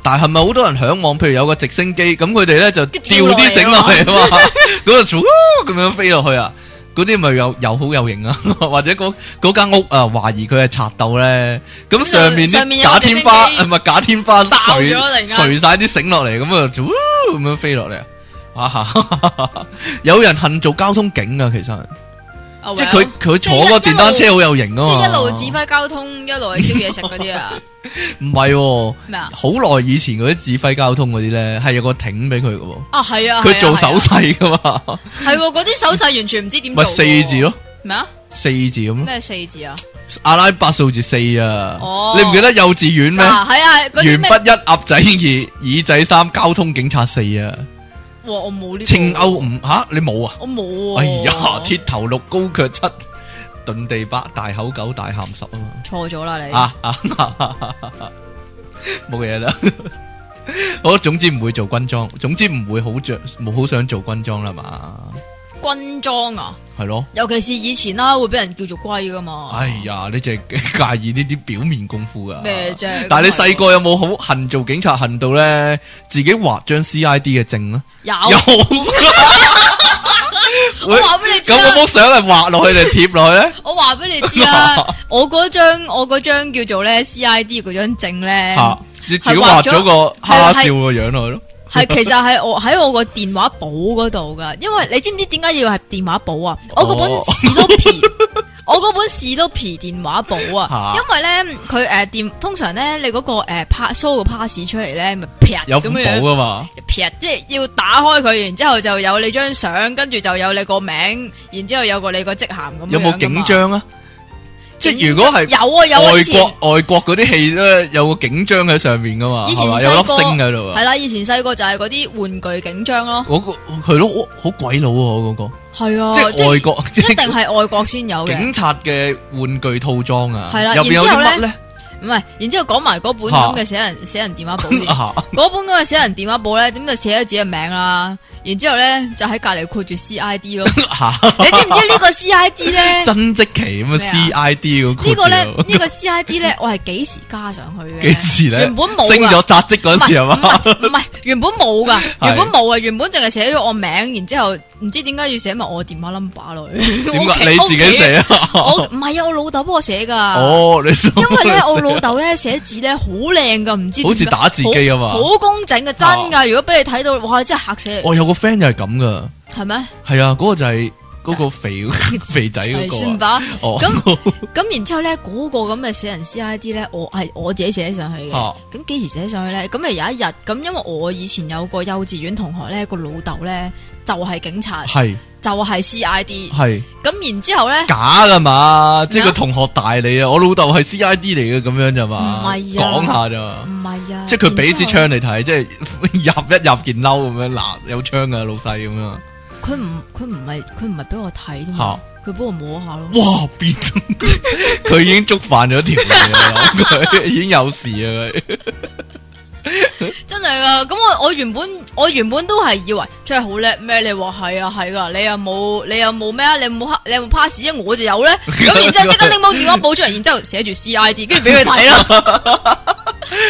S1: 但係咪好多人向往？譬如有個直升機，咁佢哋咧就吊
S2: 吊落
S1: 啲
S2: 嚟
S1: 繩落嚟啊嘛， [laughs] 嗰度咁樣飛落去啊！嗰啲咪又又好有型啊， [laughs] 或者嗰嗰間屋啊，懷疑佢係賊鬥咧，咁
S2: 就
S1: 上面
S2: 上面
S1: 啲
S2: 有
S1: 假
S2: 個直升
S1: 天花
S2: 機
S1: 唔係假天花
S2: 爆咗
S1: 垂
S2: 突然間
S1: 垂晒啲繩落嚟，咁啊，咁樣飛落嚟啊！哇！ [laughs] 有人恨做交通警啊，其實
S2: 啊
S1: 即係佢
S2: 唯有
S1: 佢
S2: 即係一
S1: 坐個電單車好有型啊
S2: 即係一路
S1: 嘛，
S2: 指揮交通，一路去燒嘢食嗰啲啊，
S1: 唔係喎，
S2: 咩啊？
S1: 好耐以前嗰啲指揮交通嗰啲咧，係有個艇俾佢嘅喎。
S2: 啊係啊，係啊
S1: 佢做手，勢噶嘛，
S2: 係啊係喎嗰啲手勢完全唔知點
S1: 咪
S2: 做，
S1: 四字，咯，
S2: 咩啊？
S1: 四字咁咯，
S2: 咩四字啊？
S1: 阿拉伯數字四啊
S2: 哦，
S1: 你唔記得幼稚園咩？
S2: 嗱係啊，嗰
S1: 铅
S2: 啲咩？
S1: 筆一鴨仔二，耳仔三，交通警察四啊，
S2: 哇我冇呢個，
S1: 青歐五吓你冇啊？
S2: 我冇喎，
S1: 哎呀，鐵頭六高腳七，遁地八大口九大鹹十啊嘛。
S2: 錯咗啦你，
S1: 啊啊，冇嘢啦。 [laughs] 好，總之唔會做軍裝，總之唔會好着，冇好想做軍裝啦嘛，
S2: 軍裝啊，
S1: 係咯。
S2: 尤其是以前啦，會俾人叫做龜噶嘛，
S1: 哎呀，你淨係 [laughs] 介意呢啲表面功夫噶
S2: 咩啫
S1: 但係你
S2: 咁係喎
S1: 細個有冇好恨做警察恨到咧，自己畫張 CID 嘅證咧？
S2: 有，
S1: 有 [laughs]
S2: 我。
S1: 喂
S2: 話俾你知
S1: 咁
S2: 啦
S1: 嗰。幅相係畫落去定貼落去
S2: [laughs]
S1: 咧？
S2: 我話俾你知
S1: [laughs]
S2: 啦，我嗰張我嗰張叫做咧 CID 嗰張證咧，
S1: 吓，自己
S2: 係
S1: 畫
S2: 畫
S1: 咗
S2: 咗
S1: 個哈
S2: 係
S1: 笑個樣落去咯。
S2: 係其實係我喺我個電話簿嗰度噶，因為你知唔知點解要係電話簿啊？我嗰
S1: 哦
S2: 本士多啤，我嗰本士多啤電話簿啊
S1: 嚇，
S2: 因為咧佢诶電通常咧你嗰個诶 pass 個 pass 出嚟咧，咪劈
S1: 有
S2: 咁
S1: 本
S2: 樣
S1: 簿啊
S2: 樣。
S1: 噶嘛？
S2: 劈即係要打開佢，然之后就有你張相，跟住就有你個名，然之后有個你個職銜咁樣
S1: 有冇
S2: 㗎嘛
S1: 警？章啊？即係
S2: 警
S1: 如果係
S2: 有啊有啊，以前
S1: 外國外國嗰啲戲咧，有個警章喺上面噶嘛？
S2: 以前
S1: 係嘛有粒
S2: 細個
S1: 星喺度啊
S2: 系！啦，以前细个就系嗰啲玩具警章咯，
S1: 嗰個係咯，好好鬼佬啊！嗰個
S2: 系啊，
S1: 即
S2: 即
S1: 係
S2: 係
S1: 外國，即
S2: 一
S1: 係
S2: 定系外国先有嘅，
S1: 警察嘅玩具套裝啊，
S2: 係啦
S1: 入邊有
S2: 然之
S1: 啲
S2: 後
S1: 乜
S2: 呢
S1: 咧？
S2: 唔系。然之后讲埋嗰本
S1: 嚇
S2: 咁嘅写人写人电话簿
S1: [laughs]
S2: 先，
S1: 啊
S2: 嗰本咁嘅写人电话簿咧，點就写咗自己嘅名啦，然之后咧就喺隔篱括住 C I
S1: [laughs]
S2: D 咯。你知唔知呢個 C I D 咧？
S1: 真即期咁啊
S2: 咩啊
S1: ，C I D 嗰
S2: 呢個啊
S1: 個
S2: 咧
S1: 括住
S2: 呢個 C I D 咧，我係幾時加上去嘅？
S1: 幾時咧？
S2: 原本冇㗎
S1: 升咗扎職嗰
S2: 唔
S1: 陣時係
S2: 係
S1: 嘛？
S2: 唔係唔係原本冇噶，
S1: [laughs]
S2: 原本冇啊，原本淨係寫咗我名，然之後唔知點解要寫埋我電話 number 落 [laughs] 去。
S1: 點
S2: 我屋企啊
S1: 解你自己？寫啊？
S2: 我唔係啊，我老豆幫我寫噶。
S1: [laughs] 哦，你
S2: 因為
S1: [laughs]
S2: 咧，我老豆咧寫字咧好靚噶，唔知點解
S1: 好似打字機咁啊啊
S2: 好好工整嘅，真噶。如果俾你睇到，哇！你真係嚇死你，
S1: 哦我有個 friend 又係咁噶，
S2: 係咩？
S1: 係啊，嗰個就係嗰個
S2: [laughs]
S1: 肥肥仔
S2: 係
S1: 嗰
S2: 算
S1: 個啊。
S2: 吧。
S1: 哦，
S2: 咁咁然之後咧，嗰個咁嘅寫人 C I D 咧，我係我自己寫上去嘅。
S1: 啊
S2: 咁幾時寫上去咧？咁咪有一日咁，因為我以前有個幼稚園同學咧，個老豆咧就係警察，
S1: 係
S2: 就係 C I D。
S1: 係
S2: 咁然之後咧。
S1: 假噶嘛，即係
S2: 咩
S1: 個
S2: 啊
S1: 同學大你啊！我老豆係 C I D 嚟嘅咁樣咋嘛？
S2: 唔係啊
S1: 講下咋。
S2: 唔係啊，
S1: 即係佢俾支
S2: 然之後
S1: 槍你睇，即係 [laughs] 入一入件褸咁樣，嗱有槍噶老細咁樣，
S2: 佢唔佢唔係佢唔係俾我睇啫
S1: 嚇
S2: 嘛，佢幫我摸下咯。
S1: 哇變佢已經觸犯咗條例啦，佢已經有事啊佢，
S2: 真系噶，咁我我原本我原本都系以为真系好叻咩？你话系啊系噶，你又冇你又冇咩啊？你有冇黑你有冇 pass 啫？我就有咧，咁然之后即刻拎部电话簿出嚟，然之后写住 CID，跟住俾佢睇啦。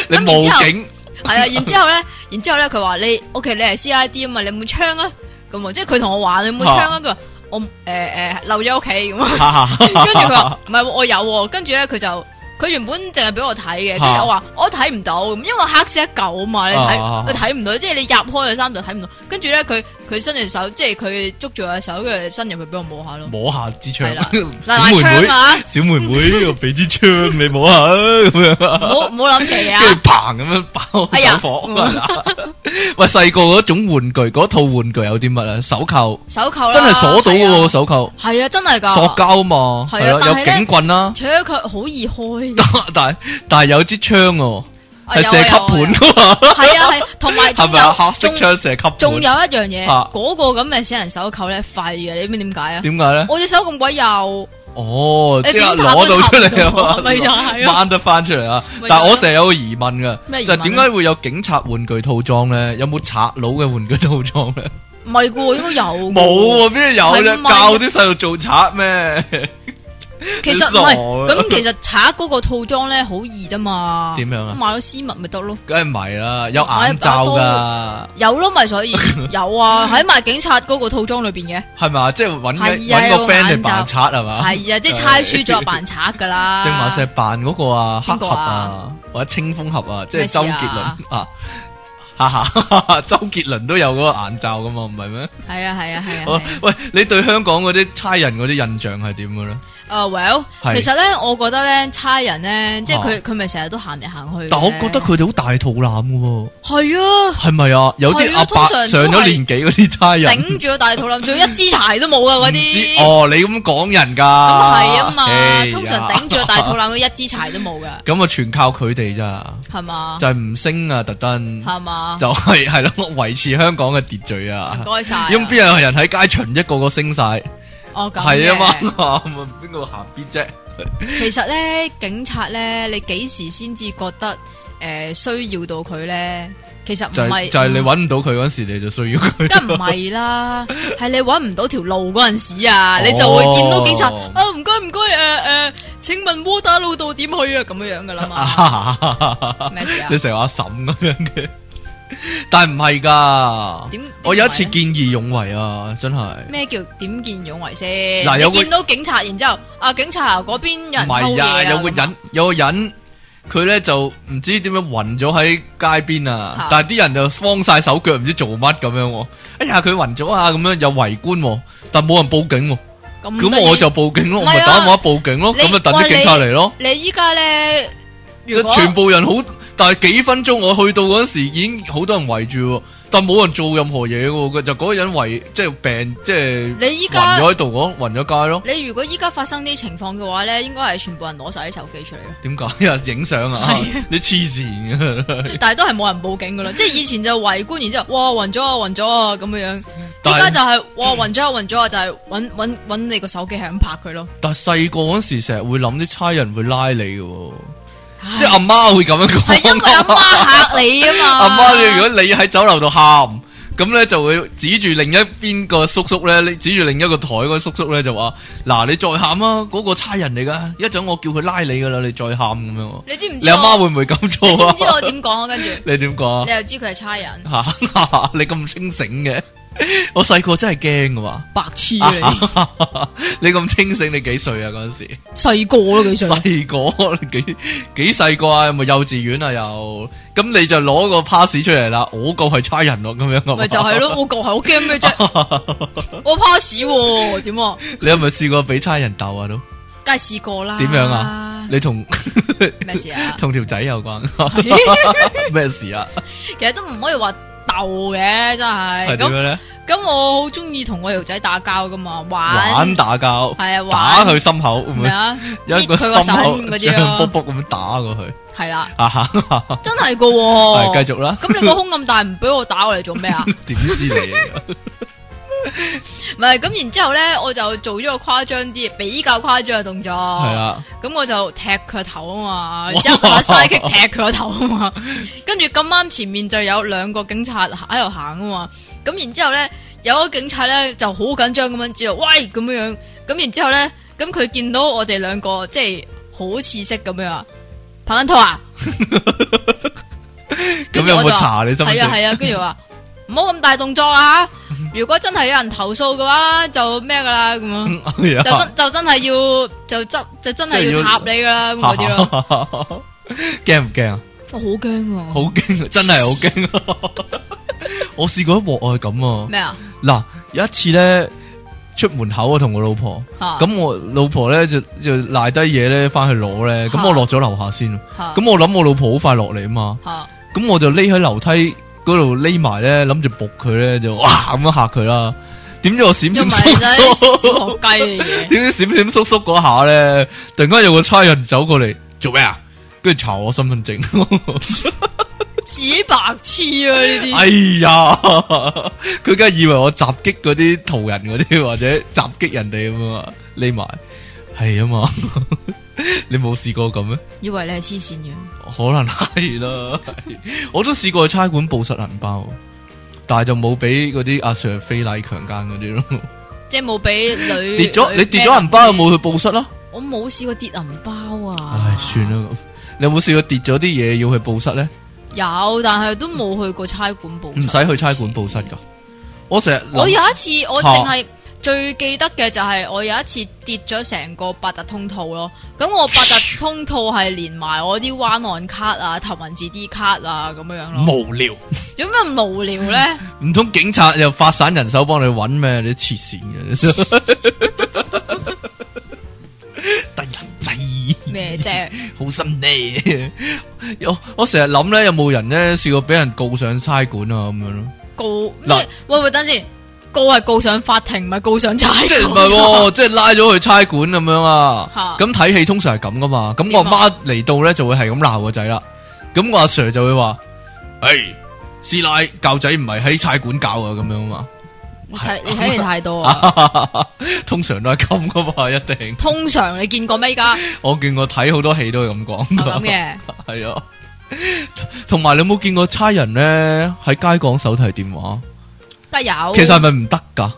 S1: 你
S2: 咁然之後
S1: 報警
S2: 系啊，然之后咧，然之后咧，佢话你 OK，你系 CID 啊嘛，你有冇枪啊？咁啊，即系佢同我话你有冇枪啊？佢话我诶诶留咗屋企咁啊，跟住佢話唔係喎，我有喎，跟住咧佢就佢原本淨係俾我睇嘅，跟
S1: 啊
S2: 住我話我睇唔到，咁因為黑色一嚿啊嘛，你
S1: 啊
S2: 睇佢睇唔到，即係你入開咗衫就睇唔到。跟住咧佢佢伸隻手，即係佢捉住我隻手，跟住伸入去俾我摸下咯。
S1: [laughs] 摸下支槍 [laughs]
S2: 係啦，
S1: 小
S2: 嗱嗱
S1: 妹
S2: 槍
S1: 妹
S2: 啊，
S1: [laughs] 小妹妹我俾支槍你摸下咁樣，
S2: 唔好唔好諗邪
S1: 跟
S2: 嘢啊！
S1: 住砰咁樣爆
S2: 哎呀
S1: 手火。 [laughs] 喂細個嗰種玩具，嗰套玩具有啲乜啊？手扣
S2: 手扣啦，
S1: 真係鎖到
S2: 係
S1: 喎，
S2: 啊，
S1: 手扣
S2: 係啊，真係㗎。
S1: 塑膠啊嘛，
S2: 係啊
S1: 係啊
S2: 但係
S1: 有
S2: 呢
S1: 警棍啦。 [laughs]
S2: 除咗佢好易開嘅，
S1: 但系但系有支槍喎，
S2: 啊
S1: 系
S2: 有啊
S1: 射吸盤
S2: [laughs]
S1: 噶嘛，
S2: 系啊系，同
S1: [laughs] 係
S2: 埋仲
S1: 咪啊？
S2: 有
S1: 黑色
S2: 仲
S1: 槍射吸
S2: 仲有一
S1: 盤，
S2: 样嘢，
S1: 啊
S2: 嗰個咁嘅死人手扣咧廢嘅，你知唔知點解啊？
S1: 點解咧？
S2: 我隻手咁鬼幼，
S1: 哦，
S2: 你
S1: 即係
S2: 點彈都
S1: 攞到出嚟
S2: 彈唔
S1: [laughs]
S2: 到
S1: 啊
S2: 啊咪就
S1: 嘛，
S2: 係咯
S1: 掹得翻出嚟啊！
S2: 咪就係咯
S1: 但係我成日有個疑問噶，
S2: 咩疑
S1: 就
S2: 問啊
S1: 係點解會有警察玩具套裝咧？有冇賊佬嘅玩具套裝
S2: [laughs]
S1: 咧？
S2: 唔係噶，應該有㗎喎。
S1: 冇喎，邊度有
S2: 係
S1: 啫？
S2: 咪
S1: 教啲細路做賊咩？ [laughs]
S2: 其實唔
S1: 你
S2: 係
S1: 傻啊
S2: 咁，其實賊嗰個套裝咧好易啫嘛。
S1: 點樣啊
S2: 買咗絲襪咪得咯，
S1: [laughs] 梗係唔係啦，有眼罩噶，
S2: 有咯咪所以有啊，喺埋警察嗰個套裝裏边嘅，
S1: 係咪啊？即係揾
S2: 係啊
S1: 一揾個
S2: 有
S1: friend 嚟
S2: 眼罩
S1: 扮賊係嘛？
S2: 係啊，即係猜輸咗就扮
S1: [laughs]
S2: 賊噶啦。
S1: 正話石扮嗰個啊，黑
S2: 啊邊
S1: 盒
S2: 個
S1: 啊
S2: 啊，
S1: 或者清風盒啊，即
S2: 咩
S1: 係
S2: 事
S1: 周
S2: 啊
S1: 杰倫啊，哈哈， [laughs] 周杰倫都有嗰個眼罩噶嘛，唔係咩？
S2: 係啊係啊係啊係
S1: 好
S2: 啊。
S1: 喂，你對香港嗰啲差人嗰啲印象係點嘅咧？
S2: 啊、well，
S1: 係
S2: 其實咧，我覺得咧，差人咧，即係
S1: 啊
S2: 佢佢咪成日都行嚟行去嘅。
S1: 但我覺得佢哋好大肚腩嘅喎，
S2: 係啊，
S1: 係咪啊？有啲
S2: 係啊
S1: 阿伯
S2: 通常都
S1: 上咗年紀嗰啲差人，
S2: 頂住個大肚腩，仲要一支柴都冇啊嗰
S1: 唔知
S2: 啲。
S1: 哦，你咁講人㗎，咁
S2: 咁係啊嘛，通常頂住個大肚
S1: 腩，
S2: 腩，佢一支柴都冇噶，
S1: 咁啊全靠佢哋咋，
S2: 係嘛？
S1: 就係唔升啊，特登
S2: 係嘛？
S1: 就係係咯，維持香港嘅秩序啊
S2: 唔。該晒。
S1: 咁邊有人喺街巡一個個升晒？
S2: 哦，咁
S1: 係啊
S2: 嘅。
S1: 嘛，咁啊邊個行邊啫？
S2: 其實咧，警察咧，你幾時先至覺得诶需要到佢咧？其實唔
S1: 就係
S2: 係，
S1: 就係你
S2: 唔
S1: 揾唔到佢嗰時，你就需要佢。
S2: 梗唔
S1: [laughs]
S2: 係啦，係你搵唔到條路嗰阵时啊，
S1: 哦
S2: 你就會見到警察啊，唔該唔該，诶诶，請問窩打老道點去啊？咁樣樣噶啦
S1: [laughs]
S2: 嘛，咩事啊
S1: 你？成日話嬸咁樣嘅，但係唔係㗎。
S2: 點？
S1: 我有一次
S2: 點
S1: 見義勇為啊，真係
S2: 解呢咩叫點見勇為先？
S1: 嗱有
S2: 你
S1: 個
S2: 見到警察，然之后啊，警察啊嗰邊有
S1: 唔
S2: 人偷
S1: 係
S2: 嘢
S1: 啊？
S2: 啊，
S1: 有個
S2: 咁啊
S1: 人有個人，佢咧就唔知點樣暈咗喺街邊啊
S2: 嚇，
S1: 但係啲人就慌晒手腳，唔知做乜咁樣喎。哎呀，佢暈咗啊，咁樣有圍觀喎，但冇人報警喎。
S2: 咁得
S1: 咁
S2: 意
S1: 我就報警咯，我
S2: 唔
S1: 咪
S2: 係啊
S1: 打電話報警咯，
S2: 你
S1: 咁咪等啲警察嚟咯。
S2: 你依家咧，
S1: 即
S2: 如果
S1: 全部人好，但係幾分鐘我去到嗰時已經好多人圍住喎，但冇人做任何嘢喎，佢就嗰個人圍即係病即係
S2: 你依家
S1: 暈咗喺度嗰，暈咗街咯。
S2: 你如果依家發生呢啲情況嘅話咧，應該係全部人攞晒啲手機出嚟咯，
S1: 點解又影相啊
S2: 係啊？
S1: 你黐線嘅，
S2: 但係都係冇人報警噶啦。即係以前就圍觀，然之後哇暈咗啊暈咗啊咁樣樣，
S1: 但係
S2: 依家就係、哇暈咗啊暈咗啊，就係揾揾揾你個手機係咁拍佢咯。
S1: 但係細個嗰時成日會諗啲差人會拉你嘅喎，
S2: 唉
S1: 即係阿媽會咁樣
S2: 係因
S1: 講啊
S2: 為阿媽嚇你啊嘛。
S1: 阿媽，你如果你喺酒樓度
S2: 啊
S1: 喊，咁咧就會指住另一邊個叔叔咧，你指住另一個台嗰個叔叔咧就話：嗱，你再喊啊，嗰、個差人嚟噶，一陣我叫佢拉你噶啦，你再喊咁樣喎。
S2: 你知唔知
S1: 你阿媽
S2: 我
S1: 會唔會咁
S2: [laughs] 你知
S1: 做
S2: 唔
S1: 啊
S2: 知？我點講啊？跟住
S1: [laughs] 你點講啊
S2: 你？又知佢係差人，
S1: 吓，你咁清醒嘅， [laughs] 我細個真係驚噶嘛。
S2: 白痴啊
S1: [laughs]
S2: 你，
S1: 你咁清醒，你幾歲啊？嗰阵时
S2: 細個咯幾歲？
S1: 细个，你 [laughs] 幾几细个啊？有冇幼稚園啊？又咁你就攞個 pass 出嚟啦，我個係差人咯，咁樣啊嘛
S2: 咪就係咯，我個係好驚咩啫？我 pass 喎點啊？
S1: [laughs] 你係咪試過俾差人鬥啊？都
S2: 梗係試過啦。
S1: 點樣啊？你同？
S2: 咩事啊
S1: [laughs] 同條仔有關 [laughs] 咩事啊？
S2: 其實都唔可以話鬥嘅，真
S1: 係
S2: 係
S1: 點
S2: 咁
S1: 樣咧？
S2: 咁，我好中意同我條仔打交噶嘛，玩
S1: 玩打交，
S2: 係啊，
S1: 打
S2: 玩
S1: 佢心口，會唔會
S2: 咩啊？
S1: 有一個
S2: 搣佢個
S1: 心口
S2: 腎嗰啲
S1: 像
S2: 咯
S1: 卜卜咁打過去。[laughs]
S2: 係啦，
S1: 啊哈，係
S2: 真係噶
S1: [laughs]
S2: 喎。
S1: 繼續啦。
S2: 咁你個胸咁大，唔俾我打我嚟做咩啊？
S1: 點知
S2: [laughs]
S1: 你？
S2: 唔係咁，然之後咧，我就做咗個誇張啲、比較誇張嘅動作。
S1: 係啊，
S2: 咁我就踢佢個頭啊嘛，然之後我嘥踢佢個頭啊嘛，跟住咁啱前面就有兩個警察喺度行啊嘛，咁然之後咧有一個警察咧就好緊張咁樣知道，喂咁樣樣，咁然之後咧，咁佢見到我哋兩個即係好似識咁樣啊，拍緊拖啊，
S1: 咁
S2: 跟
S1: 有
S2: 住
S1: 冇
S2: 我就話
S1: 查你身份
S2: 係啊
S1: 證？
S2: 係啊，跟住話唔好咁大動作啊如果真係有人投訴嘅話就咩噶啦咁樣，
S1: [laughs] 係
S2: 就真就真係要就真就真係
S1: 即係要
S2: 要插你噶啦咁嗰啲咯。
S1: 咯。 [laughs] 驚唔驚啊？
S2: 我好驚啊！
S1: 好
S2: [laughs]
S1: 驚，真係好驚。啊 [laughs] 我試過一鑊我係咁啊。
S2: 咩啊？
S1: 嗱，有一次咧出門口啊，同我老婆，
S2: 嚇
S1: 咁我老婆咧就就賴低嘢咧，翻去攞咧，咁
S2: 嚇
S1: 我落咗樓下先，
S2: 嚇
S1: 咁我諗我老婆好快落嚟啊嘛，
S2: 嚇
S1: 咁我就匿喺樓梯嗰度匿埋咧，諗住仆佢咧，就哇咁樣嚇佢啦，點知我閃
S2: 又唔
S1: 閃
S2: 係仔
S1: 縮
S2: 小
S1: 縮
S2: 學，
S1: [laughs]
S2: 雞嘅嘢，
S1: 點知閃閃縮縮嗰下咧，突然間有個差人走過嚟，做咩啊？跟住查我身份證。
S2: 紙白痴啊呢啲。
S1: [laughs] 哎呀，佢梗係以為我襲擊嗰啲途人嗰啲，或者襲擊人哋咁啊嘛，匿埋係啊嘛， [laughs] 你冇試過咁咩？
S2: 以為你係黐線嘅，
S1: 可能係啦，我都試過去差館報失銀包，但係就冇俾嗰啲阿 Sir 非禮強姦嗰啲咯。
S2: 即係冇俾
S1: [laughs]
S2: 女
S1: 跌咗
S2: 女啊
S1: 你跌咗銀包有
S2: friend
S1: 冇去報失咯？
S2: 我冇試過跌銀包啊！
S1: 唉，算啦咁。你有冇試過跌咗啲嘢要去報失咧？
S2: 有，但係都冇去過差館報
S1: 唔
S2: 失。
S1: 使去差館報失噶。我成日諗哦
S2: 我有一次，我淨係最記得嘅就係我有一次跌咗成個八達通套咯。咁我八達通套係連埋我啲灣岸卡啊、頭文字 D 卡啊咁樣樣
S1: [laughs]
S2: 咯。
S1: 無聊，
S2: 有咩咁無聊咧？
S1: 唔通警察又發散人手幫你揾咩？你黐線嘅，
S2: [laughs]
S1: 得人仔。
S2: 咩啫？
S1: 好心呢。我我成日諗咧，有冇人咧試過俾人告上差館啊咁樣咯？
S2: 告
S1: 嗱
S2: 咩？喂喂，等先，告係告上法庭，唔係告上差館。
S1: 即係唔
S2: [laughs]
S1: 係喎，即係拉咗去差館咁樣啊？
S2: 哦嚇
S1: 咁睇戲通常係咁噶嘛？咁我
S2: 點啊
S1: 媽嚟到咧就會係咁鬧個仔啦。咁我阿 Sir 就會話：，誒師奶教仔唔係喺差館教啊咁樣嘛。 [laughs]
S2: 你睇你睇你太多啊！
S1: 通常都係咁噶嘛，一定。
S2: 通常你見過咩？依家
S1: 我見我睇好多戲都係咁講
S2: 係
S1: 㗎
S2: 哦咁。
S1: [laughs]
S2: 嘅。
S1: 系啊，同埋你有冇見過差人咧喺街講手提電話？
S2: 得有，
S1: 其實係咪唔得㗎？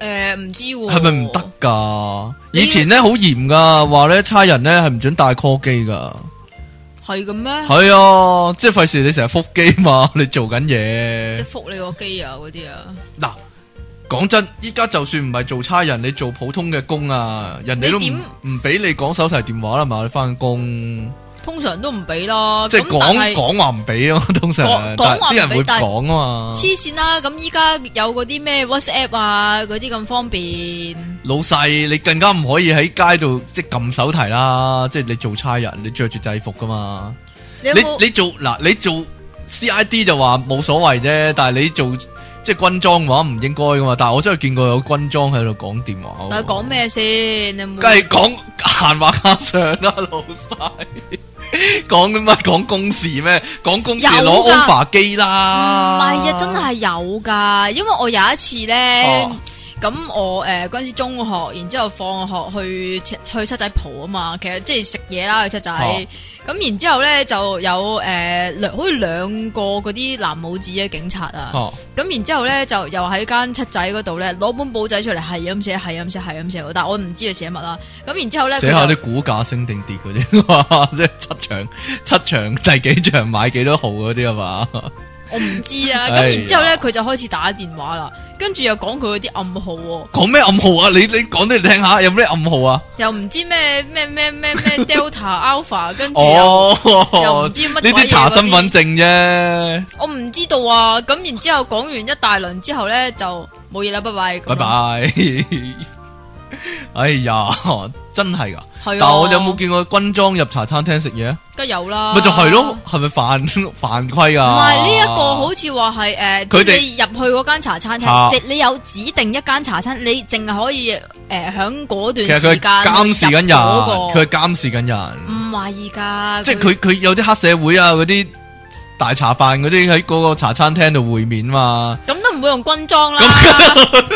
S2: 诶唔知喎，
S1: 係咪唔得？㗎？
S2: 哦你
S1: 以前咧好嚴㗎，話咧差人咧係唔准帶 call 機
S2: 啊
S1: 㗎。
S2: 係咁咩？
S1: 係啊，即係費事你成日腹機嘛， [laughs] 你做緊
S2: 即係
S1: 嘢。
S2: 覆你個機啊嗰啲啊，
S1: 嗱，講真，依家就算唔係做差人，你做普通嘅工啊，人哋都
S2: 你
S1: 唔唔俾你講手提電話啦嘛，你翻工
S2: 通常都唔俾啦。
S1: 即係
S2: 啊咁但
S1: 講
S2: 係
S1: 講話唔俾咯，通常
S2: 講
S1: 但
S2: 講話
S1: 啲人
S2: 唔俾
S1: 會
S2: 但係
S1: 講啊嘛。
S2: 黐線啦！咁依家有嗰啲咩 WhatsApp 啊嗰啲咁方便，
S1: 老细，你更加唔可以喺街度即係撳手提啦，即係你做差人，你着住制服噶嘛。
S2: 你有
S1: 你
S2: 冇
S1: 你做嗱，你做 CID 就話冇所謂啫，但係你做即係軍裝嘅話唔應該噶嘛。但係我真係見過有軍裝喺度講電話喎。
S2: 但係講咩先？你有
S1: 梗
S2: 冇
S1: 係講 [laughs] 閒話家常啦，老細。 [laughs] 講啲乜？講公事咩？講公事
S2: 有㗎
S1: 攞 offer 機
S2: 唔
S1: 啦。
S2: 係啊，真係有噶，因為我有一次咧
S1: 哦，
S2: 咁、我誒嗰陣時中學，然之後放學去七去七仔鋪啊嘛，其實即係食嘢啦去七仔，
S1: 哦
S2: 咁、然之後咧就有誒兩、好似兩個嗰啲藍帽子嘅警察啊，
S1: 哦
S2: 咁、然之後咧就又喺間七仔嗰度咧攞本簿仔出嚟係咁寫係咁寫係咁寫，但我唔知佢寫乜啦，咁然之後咧
S1: 寫
S2: 佢
S1: 下
S2: 就
S1: 啲股價升定跌嗰啲，即 [laughs] 係七場七場第幾場買幾多號嗰啲啊嘛，
S2: 我唔
S1: [laughs]
S2: 知啊，
S1: 哎
S2: 咁
S1: 呀
S2: 然之後咧佢就開始打電話啦，跟住又講佢嗰啲暗號喎、
S1: 講咩暗號啊？你你講啲嚟聽下，有咩暗號啊？
S2: 又唔知咩咩咩咩
S1: [laughs]
S2: 咩 Delta Alpha，跟住又啊又
S1: 哦
S2: 唔，知乜
S1: 呢
S2: 鬼嘢
S1: 啲查身份證啫，
S2: 我唔知道啊。咁然之後講完一大輪之後咧，就冇嘢啦，拜拜。
S1: 拜拜。 [laughs] 哎呀，真係噶！
S2: 係啊，
S1: 但我有冇見過軍裝入茶餐廳食嘢啊？
S2: 梗有啦。
S1: 咪就係咯，係咪犯犯規
S2: 唔
S1: 啊？
S2: 係呢一個好似話係诶，
S1: 佢
S2: 誒即
S1: 哋
S2: 係你入去嗰間茶餐
S1: 啊
S2: 廳，即係你有指定一間茶餐，你淨係可以诶响嗰
S1: 其實
S2: 段時
S1: 佢
S2: 間
S1: 係監視緊人，
S2: 嗰
S1: 佢係
S2: 個
S1: 監視緊人。
S2: 唔懷疑㗎。
S1: 即係佢佢有啲黑社會啊，嗰啲大茶飯嗰啲喺嗰個茶餐廳度會面嘛，
S2: 咁都唔會用軍裝啦。 [laughs]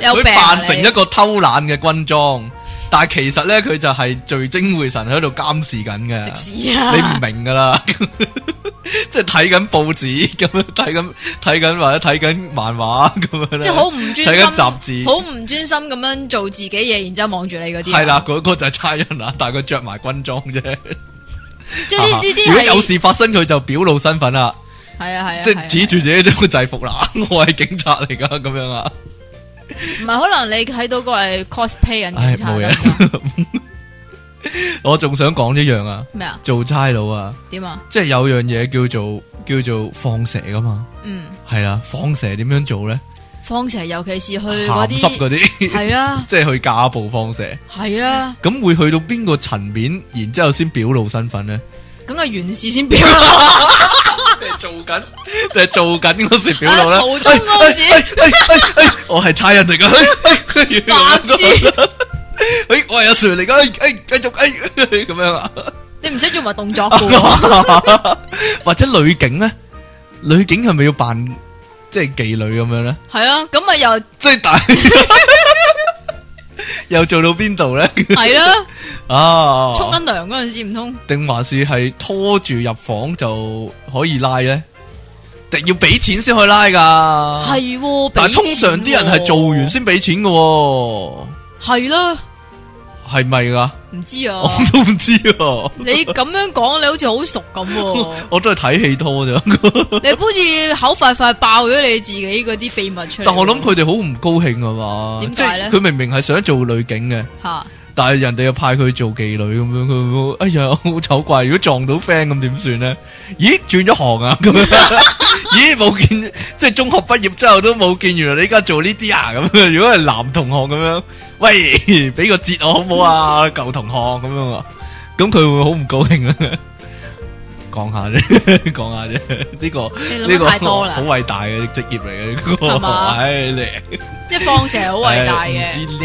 S2: 有
S1: 佢
S2: 病啊
S1: 扮成
S2: 你
S1: 一個偷懶嘅軍裝，但係其實咧佢就係聚精會神喺度監視緊嘅，
S2: 食屎啊！
S1: 你唔明噶
S2: [laughs]
S1: 啦，即係睇緊報紙咁樣睇緊睇緊或者睇緊漫畫咁樣
S2: 即
S1: 咧。
S2: 係好唔
S1: 睇
S2: 專心，
S1: 緊雜誌
S2: 好唔專心咁樣做自己嘢，然之後望住你嗰啲啊。
S1: 係啦，嗰、個就係差人啦，但係佢着埋軍裝啫。
S2: 即係呢
S1: [laughs]
S2: 呢啲
S1: 啊如果有
S2: 係
S1: 事發生，佢就表露身份啦。
S2: 係啊係啊，
S1: 即
S2: 係啊
S1: 係指住自己都制服啦， [laughs] 我係警察嚟噶咁樣啊。
S2: 唔係可能你睇到個係 cosplay 緊
S1: 唉，
S2: 警察
S1: 冇嘢
S2: 咁啊樣
S1: 啦。我仲想講一樣啊，
S2: 咩啊？
S1: 做差佬啊，
S2: 點啊？
S1: 即係有樣嘢叫做叫做放蛇噶嘛，
S2: 嗯，
S1: 係啦，放蛇點樣做咧？
S2: 放蛇尤其是去嗰
S1: 鹹濕嗰
S2: 啲
S1: 啲， [laughs]
S2: 係啦
S1: 即係去架步放蛇，
S2: 係啊
S1: [laughs]
S2: 啦，
S1: 咁會去到邊個層面，然之後先表露身份咧？
S2: 咁啊完事先表啦，
S1: 定係做緊，定係做緊嗰時表露咧？
S2: 啊途中嗰陣時
S1: 哎哎哎哎哎哎哎我係差人嚟噶，哎哎
S2: 白痴
S1: 诶，我系阿 Sir 嚟哎噶，诶，继续，诶，咁样啊，
S2: 你唔使做埋動作
S1: [laughs]
S2: 噶喎，
S1: 或者女警咧，女警系咪要扮即系妓女咁样咧？
S2: 係啊，咁咪又
S1: [laughs] 即系大又做到边度咧？
S2: 係啦，
S1: 啊，
S2: 沖緊涼嗰陣時唔通
S1: 定还是系拖住入房就可以拉咧？定要俾钱先可以拉噶？
S2: 係喎？
S1: 啊但系通常啲人系做完先俾钱噶、喎，
S2: 系啦，
S1: 系咪噶？
S2: 唔知啊
S1: 我。 [laughs] 都唔知喎，
S2: 你咁樣講，你好似好熟咁
S1: [laughs]
S2: 喎，
S1: 我都系睇戲拖咋。
S2: 你好似口快快爆咗你自己嗰啲秘密出嚟喎。
S1: 但我諗佢哋好唔高興啊嘛，
S2: 點
S1: 即
S2: 解
S1: 係
S2: 呢
S1: 佢明明係想做女警嘅，
S2: 吓
S1: 但係人哋又派佢做妓女咁樣，佢會哎呀好醜怪！如果撞到 friend 咁點算呢？咦，轉咗行啊咁樣，
S2: [laughs]
S1: 咦冇見，即係中學畢業之後都冇見，原來你而家做呢啲啊咁樣。如果係男同學咁樣，喂， [laughs] 俾個折我好唔好啊？舊同學咁樣啊，咁佢會唔會好唔高興啊？講下啫， [laughs] 講下啫，呢個。
S2: 你
S1: 呢個
S2: 諗得太多
S1: 好
S2: 啦，
S1: 偉大嘅職業嚟嘅呢個，
S2: 係嘛
S1: 唉你
S2: 即係放蛇好偉大
S1: [laughs] 唉
S2: 嘅。
S1: 唔知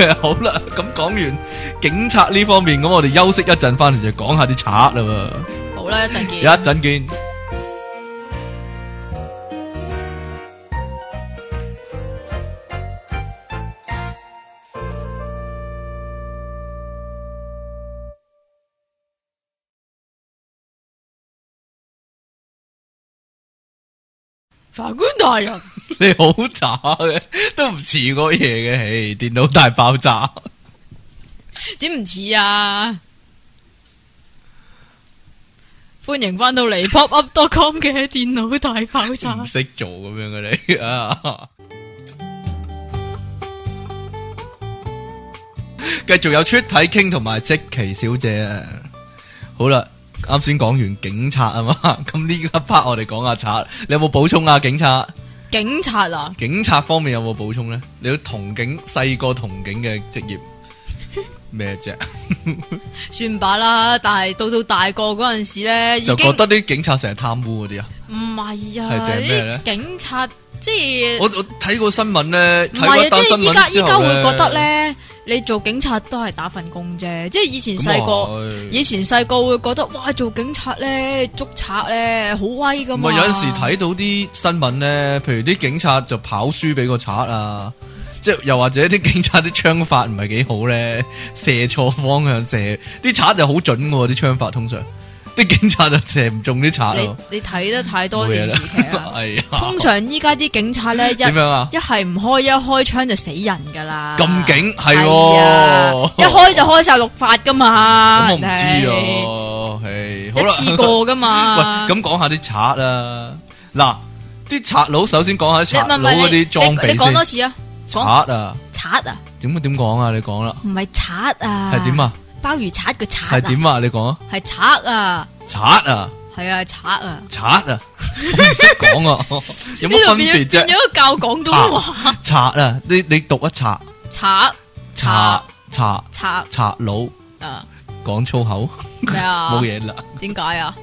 S1: 靚好啦，咁講完警察呢方面，咁我哋休息一陣，翻嚟就講下啲賊啦喎。
S2: 好啦，一陣見
S1: 一。陣見。 [laughs]
S2: 法官大人，
S1: 你好渣嘅，都唔似嗰嘢嘅，唉，電腦大爆
S2: [laughs]
S1: 炸。
S2: 啊點唔似啊？歡迎翻到嚟 popup.com 嘅電腦大爆炸
S1: 唔。識做咁樣嘅你 [laughs] 啊！繼續有出體傾同埋即奇小姐啊！好啦，啱先講完警察啊嘛， [laughs] 咁呢一 part 我哋講下賊，你有冇補充啊？警察，
S2: 警察啊，
S1: 警察方面有冇補充咧？你要同警細個同警嘅職業咩啫？
S2: 算吧啦。但係到到大個嗰陣時咧，已
S1: 就
S2: 經
S1: 覺得啲警察成日貪污嗰啲啊！
S2: 唔係啊，
S1: 係定係咩呢
S2: 啲警察即係
S1: 我我睇過新聞咧，
S2: 唔
S1: 睇過
S2: 係
S1: 一
S2: 啊，即
S1: 單新
S2: 係依家
S1: 聞
S2: 依
S1: 之後
S2: 家會覺得，咧，你做警察都係打份工啫。即係以前
S1: 啊
S2: 細個，
S1: 個
S2: 以前細個會覺得哇，做警察咧捉賊咧好威噶
S1: 唔
S2: 啊嘛。
S1: 係有陣時睇到啲新聞咧，譬如啲警察就跑輸俾個賊啊，即係又或者啲警察啲槍法唔係幾好咧，射錯方向射，啲賊就好準喎，啲槍法通常，啲警察就射唔中啲賊
S2: 你
S1: 咯，
S2: 你睇得太多
S1: 冇嘢
S2: 電
S1: 啦
S2: 視劇
S1: [laughs]
S2: 啦。
S1: 係啊
S2: [laughs] 通，常依家啲警察咧一
S1: 點樣啊？
S2: 一係唔開一開槍就死人噶啦。
S1: 咁警係
S2: 係
S1: 喎 [laughs]
S2: 啊，一開就開晒六發噶嘛。
S1: 咁我唔知
S2: 人哋
S1: 啊，係好
S2: 一
S1: 啦。
S2: 次過噶嘛。
S1: [laughs] 喂，咁講下啲賊啦，嗱，啲賊佬首先講
S2: 你
S1: 下啲賊
S2: 唔係唔
S1: 佬
S2: 係
S1: 嗰
S2: 你
S1: 啲裝
S2: 你你講
S1: 備先，
S2: 多次啊，
S1: 賊
S2: 講
S1: 啊，
S2: 賊啊，
S1: 點點講啊？你講啦，
S2: 唔係賊啊，
S1: 係點？啊？
S2: 鮑魚賊個賊
S1: 係
S2: 啊，
S1: 點啊？你講啊！
S2: 係賊啊，
S1: 贼啊， [laughs]
S2: 係啊賊啊，
S1: 贼啊，我唔識
S2: [laughs]
S1: 講啊，有
S2: 呢
S1: 乜
S2: 度
S1: 分
S2: 變
S1: 別
S2: 咗變
S1: 啫？
S2: 咗個教廣東話，
S1: 贼啊，你你读一贼，
S2: 賊
S1: 贼
S2: 賊
S1: 贼
S2: 賊
S1: 贼佬
S2: 啊
S1: 講粗口，
S2: 咩
S1: [laughs]
S2: 啊？
S1: 冇，嘢啦。
S2: 點解啊？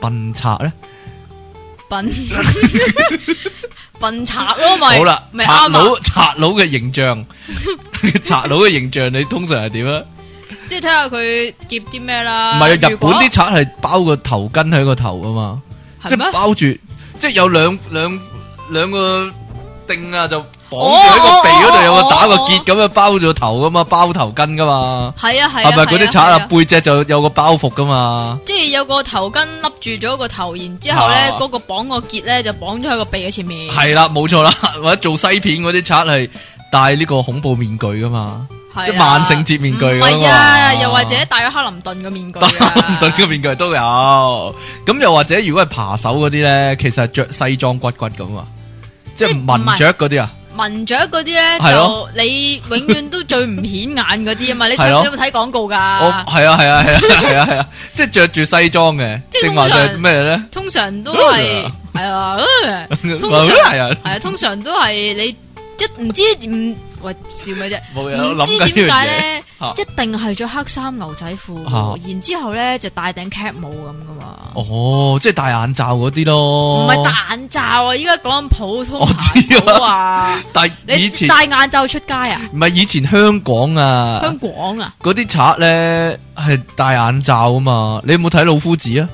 S1: 笨賊咧， [laughs]
S2: 笨笨賊咯，咪
S1: 好啦，
S2: 咪
S1: 賊
S2: 啱
S1: 佬
S2: 啊！
S1: 贼佬嘅形象， [laughs] 賊佬嘅形象，你通常係點啊？
S2: 即係睇下佢劫啲咩
S1: 唔
S2: 啦。
S1: 係啊，日本
S2: 如果
S1: 啲賊係包個頭巾喺個頭啊嘛，即
S2: 係
S1: 係
S2: 咩？
S1: 包住，即係有兩兩兩個钉啊，就綁住
S2: 哦
S1: 喺個鼻嗰度，有
S2: 哦
S1: 個
S2: 哦
S1: 打個
S2: 哦
S1: 結咁樣包咗頭噶嘛，包頭巾噶嘛。
S2: 係啊係啊，
S1: 系咪嗰啲
S2: 係
S1: 贼啊？
S2: 係
S1: 背脊就有個包袱噶嘛？
S2: 即係有個頭巾笠住咗個頭，然之後咧
S1: 啊
S2: 嗰個綁個結咧就綁咗喺個鼻嘅前面。
S1: 係啦，冇錯啦。 [laughs] 或者做西片嗰啲賊係戴呢個恐怖面具噶嘛？
S2: 係
S1: 即係
S2: 啊
S1: 萬聖節面具咁
S2: 唔
S1: 啊
S2: 係啊，又
S1: 嘛
S2: 或者戴咗克林
S1: [laughs]
S2: 頓嘅 [laughs] 面具
S1: 戴
S2: 啊。
S1: 唔到嘅面具都有。咁又或者如果係扒手嗰啲咧，其實係着西裝骨骨咁啊，即
S2: 即係
S1: 係
S2: 唔係
S1: 文雀嗰啲啊。
S2: 文雀嗰啲咧
S1: 係咯
S2: 就你永遠都最唔顯眼嗰啲啊嘛，你
S1: 係
S2: 睇
S1: 咯
S2: 你有冇睇廣告
S1: 我
S2: 噶？
S1: 係啊係啊係啊係啊係
S2: [laughs]
S1: 啊，即係着住西裝嘅，
S2: 即係
S1: 定
S2: 通
S1: 話
S2: 常
S1: 就係咩咧？
S2: 通常都
S1: [laughs]
S2: 係係啊，嗯通常
S1: 係啊
S2: 係啊，通常都係你一唔知唔喂笑咩啫？
S1: 冇嘢，我
S2: 唔
S1: 諗
S2: 知
S1: 緊
S2: 點
S1: 呢
S2: 解咧，
S1: 樣嘢
S2: 一定係着黑衫牛仔褲，
S1: 啊
S2: 然之后咧就戴頂 cap 帽咁噶嘛。
S1: 樣嘢。哦，即係戴眼罩嗰啲咯。
S2: 唔係戴眼罩啊！依家講緊普通
S1: 哦我知啊
S2: 眼罩
S1: [laughs]
S2: 啊！
S1: 但係
S2: 你
S1: 以前
S2: 戴眼罩出街啊？
S1: 唔係以前香港啊，
S2: 香港啊？
S1: 嗰啲賊咧係戴眼罩啊嘛。你有冇睇老夫子啊？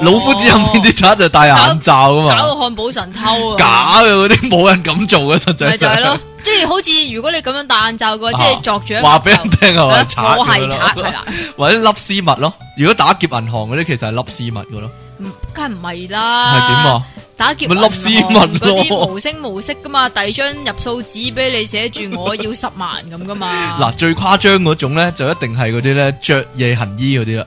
S1: [laughs] 老夫子入面啲賊就戴眼罩啊
S2: 搞到
S1: 嘛，
S2: 漢堡神偷啊！
S1: 假嘅嗰啲冇人咁做嘅，實
S2: 咪
S1: 際
S2: 就係
S1: 上
S2: 咯。，即係好似如果你咁樣戴眼罩嘅話，即係作住一個
S1: 啊話俾人聽係咪
S2: 頭
S1: 賊
S2: 我係
S1: 咁樣
S2: 賊
S1: 咯
S2: 係啦，
S1: 或者笠絲襪咯。如果打劫銀行嗰啲，其實係笠絲襪嘅咯，
S2: 唔嗯梗係唔係
S1: 係
S2: 啦？
S1: 點？啊？
S2: 打劫
S1: 咪笠絲
S2: 銀
S1: 襪
S2: 行
S1: 咯
S2: 嗰啲無聲無息噶嘛，遞張入數紙俾你寫住我要十萬咁噶嘛。
S1: 嗱，最誇張嗰種咧，就一定係嗰啲咧着夜行衣嗰啲啦，？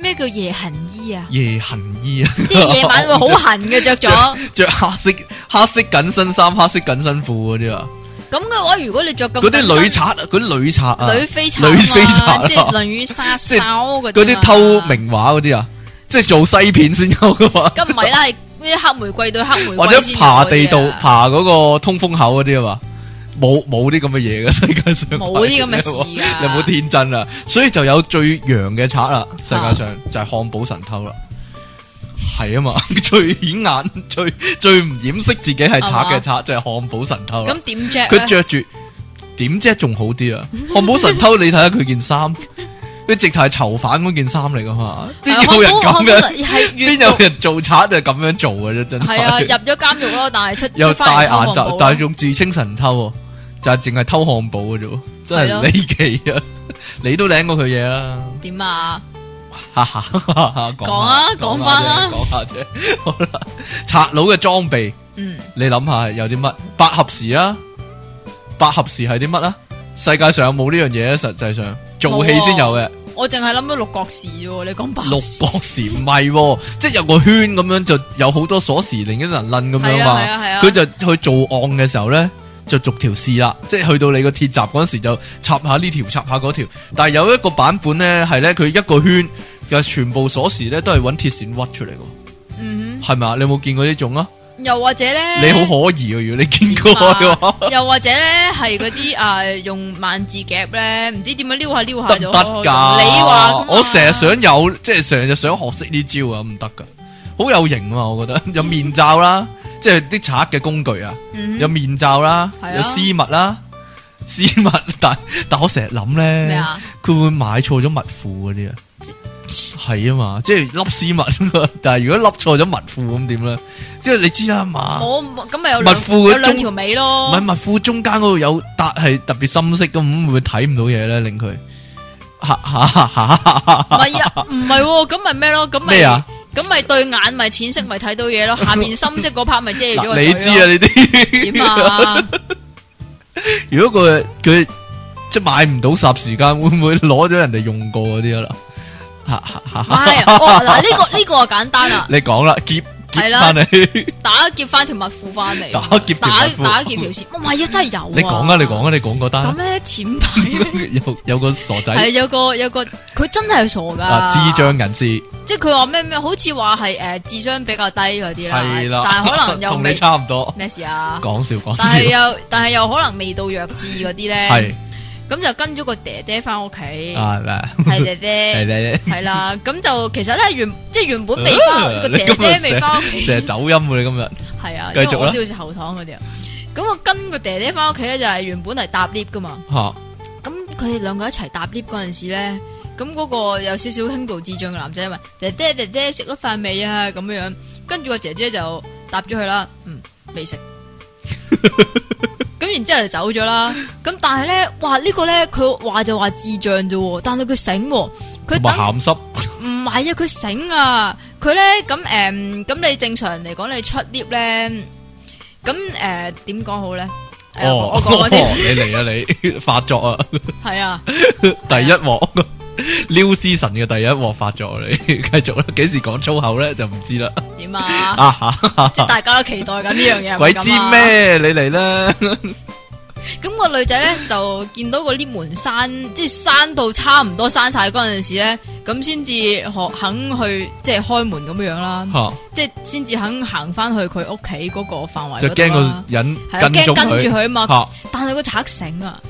S2: 咩叫夜行衣啊
S1: [laughs] 夜行衣啊， [laughs]
S2: 即係夜晚會好痕嘅着咗。
S1: 着黑色黑色緊身衫、黑色緊身褲嗰啲啊，
S2: 咁嘅話，如果你着咁
S1: 嗰啲女
S2: 緊
S1: 賊
S2: 身
S1: 啊，嗰啲女賊啊，
S2: 女飛賊啊嘛，
S1: 女飛賊啊
S2: 即係《論語》殺手
S1: 嗰
S2: 嗰啲
S1: 啲
S2: 嘛
S1: 偷，名畫嗰啲啊，即係做西片先有噶嘛。
S2: 咁唔係啦，係咩黑玫瑰對黑玫瑰
S1: 或者
S2: 先有嗰啲啊
S1: 爬地道、爬嗰個通風口嗰啲啊嘛，冇冇啲咁嘅嘢嘅世界上，
S2: 冇
S1: [laughs]
S2: 啲咁嘅事㗎啊
S1: 你有冇天真啊？所以就有最洋嘅賊
S2: 啊
S1: 啦，世界上就係漢堡神偷啦，係啊嘛， [laughs] 最顯眼、最最唔掩飾自己係賊嘅賊就係漢堡神偷啦。
S2: 咁點啫？
S1: 佢着住點啫仲好啲
S2: [laughs]
S1: 啊！漢堡神偷你睇下佢件衫，佢直頭係囚犯嗰件衫嚟噶嘛，
S2: 係啊
S1: 邊有人
S2: 漢堡
S1: 咁
S2: 漢堡
S1: 嘅？
S2: 神係
S1: 邊
S2: 閱
S1: 有
S2: 讀
S1: 人做賊就係咁樣做嘅啫，真
S2: 係啊，入
S1: 係。
S2: 咗監獄咯，但係出
S1: 又
S2: 出翻
S1: 戴
S2: 嚟偷啊
S1: 眼
S2: 漢
S1: 罩，
S2: 堡
S1: 但係仲自稱神偷喎，就係淨係偷漢堡嘅啫喎，真係離奇啊！ [laughs] 你都領過佢嘢啦，
S2: 點啊？
S1: 哈哈哈哈講下
S2: 講啊講翻啦
S1: 講下啫， [laughs] 好啦，賊佬嘅裝備。
S2: 嗯，
S1: 你諗下係有啲乜？百合匙啊，百合匙係啲乜啊？世界上有冇呢樣嘢咧？實際上做戲先有嘅，
S2: 我淨係諗到六角匙啫喎，你講白
S1: 六角匙唔係喎，即係有個圈咁樣就有好多鎖匙，另一人掕咁樣
S2: 係啊係
S1: 嘛。
S2: 啊係啊，
S1: 佢就去做案嘅時候咧，就逐條試啦，即係去到你個鐵閘嗰陣時就插下呢條插下嗰條。但係有一個版本咧係咧，佢一個圈嘅全部鎖匙咧都係揾鐵線屈出嚟嘅，
S2: 嗯
S1: 係咪啊？你有冇見過呢種啊？
S2: 哼，又或者咧，
S1: 你好可疑啊！如果你見過嘅話。
S2: 啊又或者咧係嗰啲啊用萬字夾咧，唔知點樣撩下撩
S1: 得
S2: 下
S1: 唔
S2: 就哦
S1: 得噶？
S2: 你話啊㗎嘛
S1: 我成日想有，即係成日想學識呢招啊，唔得噶，好有型啊！我覺
S2: [laughs]
S1: 得有面罩啦，即係啲賊嘅工具啊，
S2: 嗯
S1: 有
S2: 哼
S1: 面罩啦，
S2: 係啊
S1: 有絲襪啦，絲襪， [laughs] 但但我成日諗
S2: 咩
S1: 咧，
S2: 啊？
S1: 佢會唔會買錯咗襪褲嗰啲啊？係啊嘛，即係笠絲襪， [laughs] 但係如果笠錯咗襪褲咁點咧？即係你知啦嘛，
S2: 我咁咪有
S1: 密
S2: 兩
S1: 褲嘅
S2: 有兩
S1: 中
S2: 條尾
S1: 唔
S2: 咯
S1: 係。襪褲中間嗰度有笪係特別深色咁，會唔會睇唔到嘢咧？令佢吓吓吓吓吓
S2: 唔係啊，唔係喎，咁咪咩咯？咁咪
S1: 咩啊？
S2: 咁咪對眼咪淺色咪睇到
S1: [laughs]
S2: 嘢咯，下面深色嗰 part 咪遮住咗個
S1: 嗱，
S2: 嘴
S1: 你
S2: 咯
S1: 知啊？呢 [laughs]
S2: 點
S1: 啲，
S2: 啊？
S1: 如果佢佢即係買唔到霎時間，會唔會攞咗人哋用過嗰啲啊啦？吓吓
S2: 唔
S1: 吓！
S2: 係哦，嗱呢個呢個啊簡單啊，
S1: 你講啦，劫劫
S2: 係啦
S1: [laughs] 翻你，
S2: 打劫翻條密褲翻嚟，
S1: 打劫條
S2: 打
S1: 襪褲
S2: 打劫條線，唔係啊，真係有啊。
S1: 你講啊，你講啊，你講嗰單 [laughs]
S2: 咁
S1: 啊，
S2: 咧前排
S1: 有有個傻
S2: 係
S1: 仔
S2: 有個有個佢真係傻
S1: 啊，
S2: 㗎，
S1: 智，障人士
S2: 即係佢話咩咩，好似話係誒智商比較低嗰啲啦，
S1: 係啦，
S2: 但係
S1: [laughs]
S2: 可能又
S1: 同你
S2: 未
S1: 差唔多，
S2: 咩事啊，
S1: 講笑講
S2: 但係
S1: 笑，
S2: 又但係又可能未到弱智嗰啲咧，
S1: 係
S2: 咁就跟咗個爹爹翻屋企，
S1: 啊嗱， [laughs]
S2: 係爹
S1: 係
S2: 爹。
S1: 咧。
S2: 系啦，咁就其實咧原即系原本未
S1: 啊
S2: 翻個
S1: 你
S2: 爹
S1: 今日
S2: 爹未翻屋企，
S1: 成日走音喎，你今日
S2: 系啊，
S1: 繼
S2: 因
S1: 續啦
S2: 為我都要食後堂嗰啲啊。咁我跟個爹爹翻屋企咧，就係原本係搭 lift 噶嘛。
S1: 吓
S2: 咁佢哋兩個一齊搭 lift 嗰陣時咧，咁嗰個有少少輕度智障嘅男仔問：爹爹爹爹食咗飯未啊？咁樣樣，跟住個姐姐就答咗佢啦，嗯，
S1: [laughs]
S2: 未食。咁然之後就走咗啦。咁但係咧，哇、呢個、呢個咧，佢話就話智障啫喎，但係佢醒喎，佢
S1: 同埋
S2: 等。
S1: 鹹濕
S2: 唔係啊，佢醒啊，佢咧咁诶，誒咁、你正常嚟講，你出 lift 咧，咁诶點講好咧？誒我
S1: 哦 [laughs]
S2: 我，講嗰啲
S1: 你嚟啊你發作啊！
S2: 係啊，
S1: 第一 [laughs] 幕撩之神嘅第一幕發作你， [laughs] 繼續啦，幾時講粗口咧就唔知啦。
S2: 點啊？
S1: 啊哈，
S2: 即系大家都期待緊呢樣嘢，係咪
S1: 鬼
S2: 咁啊 [laughs]
S1: 知？咩？你嚟啦，
S2: 咁個女仔咧就見到個 lift 門閂，即係閂到差唔多閂晒嗰陣時咧，咁先至學肯去即係開門咁樣樣啦，
S1: 吓
S2: 即係先至肯行翻去佢屋企嗰個範圍
S1: 就
S2: 嗰
S1: 驚
S2: 度
S1: 個
S2: 啦。
S1: 人
S2: 啊係啊，
S1: 跟蹤
S2: 驚跟住
S1: 佢
S2: 佢啊嘛，
S1: 吓
S2: 但係個賊醒啊！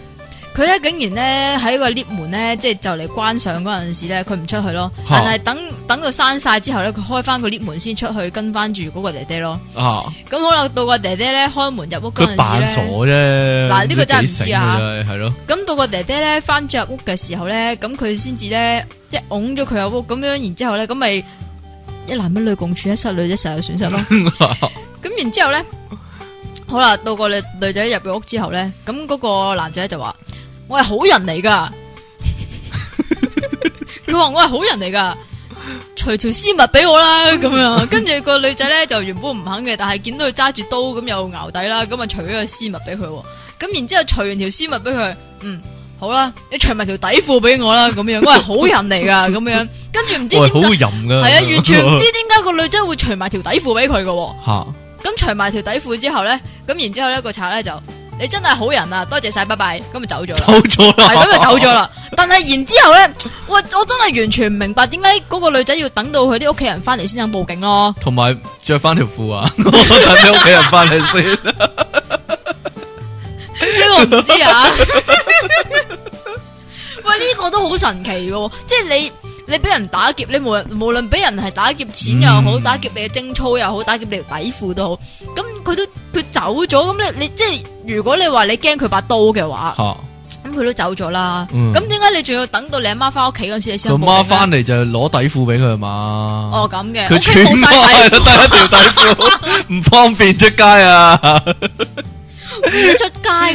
S2: 佢咧竟然咧喺個 lift 門咧，即係就嚟關上嗰陣時咧，佢唔出去咯。
S1: 嚇
S2: 但係等等到閂晒之後咧，佢開翻個 lift 門先出去跟翻住嗰個爹爹咯。
S1: 吓，
S2: 咁好啦，到個爹爹咧開門入屋嗰
S1: 佢
S2: 陣
S1: 扮
S2: 時
S1: 傻
S2: 咧，
S1: 啫。
S2: 嗱呢個真係唔知啊
S1: 系咯，
S2: 咁到個爹爹咧翻咗入屋嘅時候咧，咁佢先至咧即係拱咗佢入屋咁樣，然之後咧咁咪一男一女共處一室女一室有損失咯。咁然之後咧，好啦，到個女女仔入咗屋之後咧，咁嗰個男仔就話：我係好人嚟噶。 [laughs] 佢話我係好人嚟噶，除條絲襪俾我啦咁樣。跟住個女仔咧就原本唔肯嘅，但係見到佢揸住刀咁又淆底啦，咁啊除咗個絲襪俾佢喎。咁然之後除完條絲襪俾佢，嗯。好啦，你除埋條底褲俾我啦，咁樣，我係好人嚟噶，咁樣，跟住唔知
S1: 我係
S2: 點解，
S1: 好淫噶，
S2: 係啊，完全唔
S1: [laughs]
S2: 知點解個女仔會除埋條底褲俾佢噶喎。
S1: 吓
S2: 咁除埋條底褲之後咧，咁然之後咧個賊咧就你真係好人啊，多謝晒，拜拜，咁就走咗
S1: [laughs]
S2: 啦，
S1: 偷咗啦，
S2: 係咁就走咗啦。但係然之後咧，我我真係完全唔明白點解嗰個女仔要等到佢啲屋企人翻嚟先肯報警咯。
S1: 同埋着翻條褲啊！ [laughs] 我等你屋企人翻嚟
S2: [laughs]
S1: 先。
S2: 呢個唔知啊。 [laughs] 喂，呢、個都好神奇嘅喎，即係你你俾人打劫，你無無論俾人係打劫錢又好，
S1: 嗯
S2: 打劫你嘅貞操又好，打劫你條底褲都好，咁佢都佢走咗，咁你你即係如果你話你驚佢把刀嘅話。
S1: 吓，
S2: 咁佢都走咗啦。
S1: 嗯
S2: 咁點解你仲要等到你阿媽翻屋企嗰時你先
S1: 佢媽
S2: 報警
S1: 翻
S2: 咧？
S1: 嚟就攞底褲俾佢啊嘛。
S2: 哦咁嘅，
S1: 佢
S2: 屋企
S1: 全
S2: 冇
S1: 部
S2: 晒
S1: 係
S2: 底
S1: 得一條底褲，唔方便出街啊！
S2: 褲出 街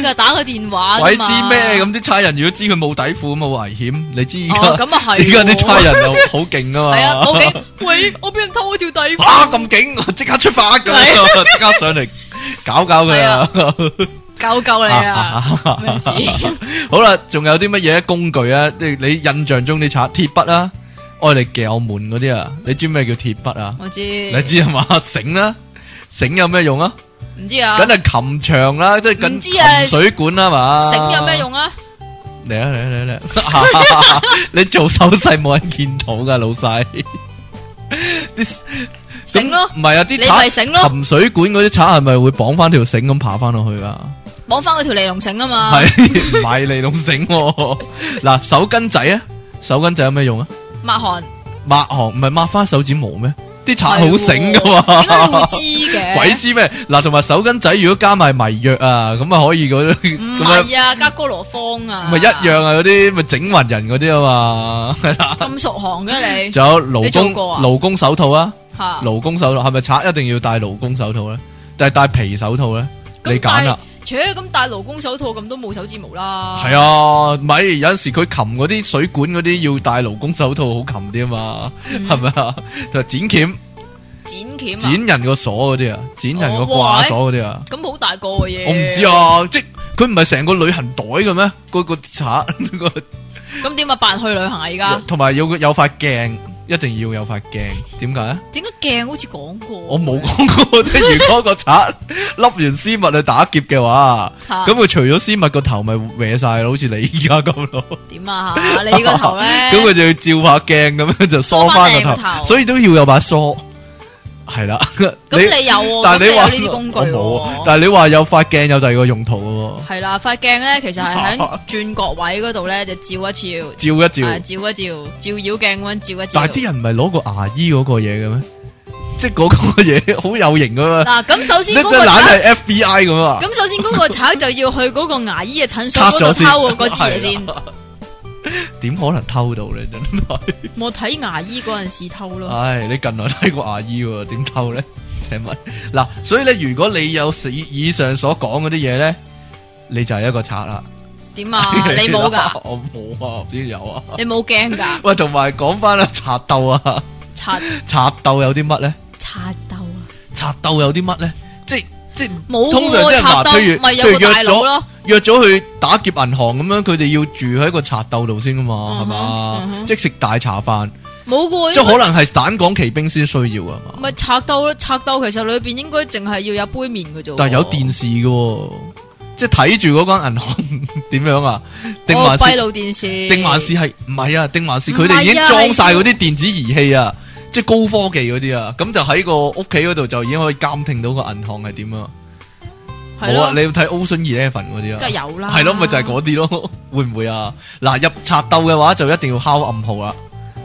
S1: [laughs]
S2: 噶，打個電話
S1: 鬼
S2: 㗎
S1: 知
S2: 嘛
S1: 咩？？咁啲差人如果知佢冇底褲咁啊危險，你知
S2: 啊哦
S1: 而家
S2: 咁啊係
S1: 而
S2: 喎。
S1: 家啲差人又好勁啊嘛。
S2: 係啊，報警！喂，我俾人偷咗條底褲。
S1: 哇咁勁，我即刻出發咁樣，
S2: 啊
S1: 即刻上嚟搞搞佢啊！
S2: 救救你啊！咩事？
S1: [laughs] 好啦，仲有啲乜嘢工具啊？即你印象中啲刷鐵筆啊，愛嚟撬門嗰啲啊，你知咩叫鐵筆啊？
S2: 我知，
S1: 你知係嘛？ [laughs] 繩啦，繩有咩用啊？
S2: 唔知啊
S1: 梗？係擒牆啦，即係緊
S2: 唔知啊
S1: 擒水管啦嘛。
S2: 繩有咩？用啊？
S1: 嚟啊嚟啊嚟啊 [laughs] 嚟！你做手勢冇人見到噶，老細。 [laughs] 啲
S2: 繩咯，
S1: 唔係啊，啲
S2: 你咪
S1: 賊
S2: 繩咯，
S1: 擒水管嗰啲賊係咪會綁翻條繩咁爬翻落去
S2: 啊
S1: 噶？
S2: 綁翻嗰條尼龍繩啊
S1: [laughs]
S2: 嘛。
S1: 系買尼龍繩喎。嗱，手巾仔啊，手巾仔有咩用啊？
S2: 抹汗，
S1: 抹汗唔係抹翻手指毛咩？啲賊好醒噶嘛，
S2: 點解你會知
S1: [laughs]
S2: 嘅？
S1: 鬼知咩？嗱，同埋手巾仔如果加埋迷藥啊，咁啊可以嗰啲咁
S2: 唔
S1: 樣，
S2: 係啊，加哥羅芳啊，
S1: 咪一樣啊嗰啲咪整暈人嗰啲啊
S2: [laughs]
S1: 嘛。
S2: 咁熟行嘅你
S1: 仲有勞
S2: 你做
S1: 工
S2: 過啊
S1: 勞工手套啊，
S2: 吓。
S1: 勞工手套係咪賊一定要戴勞工手套咧？定係戴皮手套咧？
S2: 咁
S1: 你揀啦，
S2: 扯咁戴勞工手套咁都冇手指毛啦。
S1: 係啊，咪有陣時佢擒嗰啲水管嗰啲要戴勞工手套好擒啲啊嘛。
S2: 嗯
S1: 系咪啊？就剪鉗、
S2: 剪鉗啊？
S1: 剪人個鎖嗰啲啊，剪人個
S2: 哦
S1: 掛鎖嗰啲啊，
S2: 咁好大個嘅嘢。
S1: 我唔知。啊，即佢唔係成個旅行袋嘅咩？嗰個賊個
S2: 咁點啊？扮去旅行啊？而家
S1: 同埋有個有塊鏡，一定要有塊鏡。點解啊？
S2: 點解鏡好似講過？
S1: 我冇講過，即係如果個賊笠完絲襪去打劫嘅話，
S2: 嚇。
S1: 咁佢除咗絲襪個頭咪歪晒咯，好似你而家咁咯。
S2: 點啊？嚇你個頭咧
S1: [laughs] ？咁佢就要照下鏡咁樣就梳翻個
S2: 梳返靚個頭
S1: 頭，所以都要有把梳。係啦，
S2: 咁你有喎？
S1: 但
S2: 咁
S1: 系
S2: 你
S1: 你話
S2: 有呢啲工具
S1: 我冇啊
S2: 喎？？
S1: 但系你話有塊鏡有第二個用途
S2: 係啦，塊鏡咧其
S1: [laughs]
S2: 實係喺轉角位嗰度咧就照一照，
S1: 嘅喎，照
S2: 係
S1: 一照。
S2: 啊照一照，照妖鏡咁樣照一照。
S1: 但係啲人唔係攞個牙醫嗰個嘢嘅咩？即係嗰個嘢好有型噶嘛？
S2: 嗱咁首
S1: 即
S2: 先
S1: 即
S2: 嗰個
S1: 懶啊
S2: 賊
S1: 係 FBI 咁啊！
S2: 咁首先嗰個賊就要去嗰個牙醫嘅診所
S1: 拆
S2: 嗰度
S1: 咗先啊
S2: 偷嗰個支
S1: [laughs]
S2: 嘢先。
S1: 點可能偷到咧？真係，
S2: 我睇牙醫嗰陣時偷咯。
S1: 唉！你近來睇過牙醫喎，點偷咧？ [laughs] 請問嗱，所以咧，如果你有以以上所講嗰啲嘢咧，你就係一個賊啦。？
S2: 點啊？你冇噶
S1: [laughs] 我冇啊，只有啊。
S2: 你冇驚噶？
S1: 喂，同埋講翻啦，賊鬥啊， [laughs]
S2: 刷
S1: 賊鬥有啲乜咧？
S2: 刷斗啊？
S1: 賊鬥有啲乜咧？即即
S2: 冇
S1: 通常
S2: 喎，
S1: 即係
S2: 刷
S1: 嗱，
S2: 斗
S1: 譬如譬
S2: 咪有
S1: 如
S2: 個
S1: 約
S2: 大佬
S1: 咗
S2: 咯，
S1: 約咗去打劫銀行咁樣，佢哋要住喺個賊鬥度先噶嘛，係
S2: 嗯哼嗯
S1: 嘛？
S2: 哼
S1: 即食大茶飯，
S2: 冇噶
S1: 即
S2: 喎。
S1: 可能係散港奇兵先需要啊嘛。
S2: 咪刷斗咯，刷斗其實裏边應該淨係要有杯麵嘅啫喎。
S1: 但係有電視嘅喎，即系睇住嗰間銀行 [laughs] 點樣啊？定
S2: 我
S1: 還
S2: 哦閉
S1: 是
S2: 路電視，
S1: 定還是係唔係啊？定還是佢
S2: 唔係
S1: 哋
S2: 啊
S1: 已經裝晒嗰啲電子儀器啊？即系高科技嗰啲啊，咁就喺個屋企嗰度就已經可以監聽到個銀行係點啊！
S2: 係
S1: 冇啊，
S2: 咯
S1: 你，要睇 Ocean Eleven 嗰啲啊，
S2: 梗係有啦，
S1: 系咯，咪就係嗰啲咯，會唔會啊？嗱，入賊鬥嘅話就一定要敲暗號啦。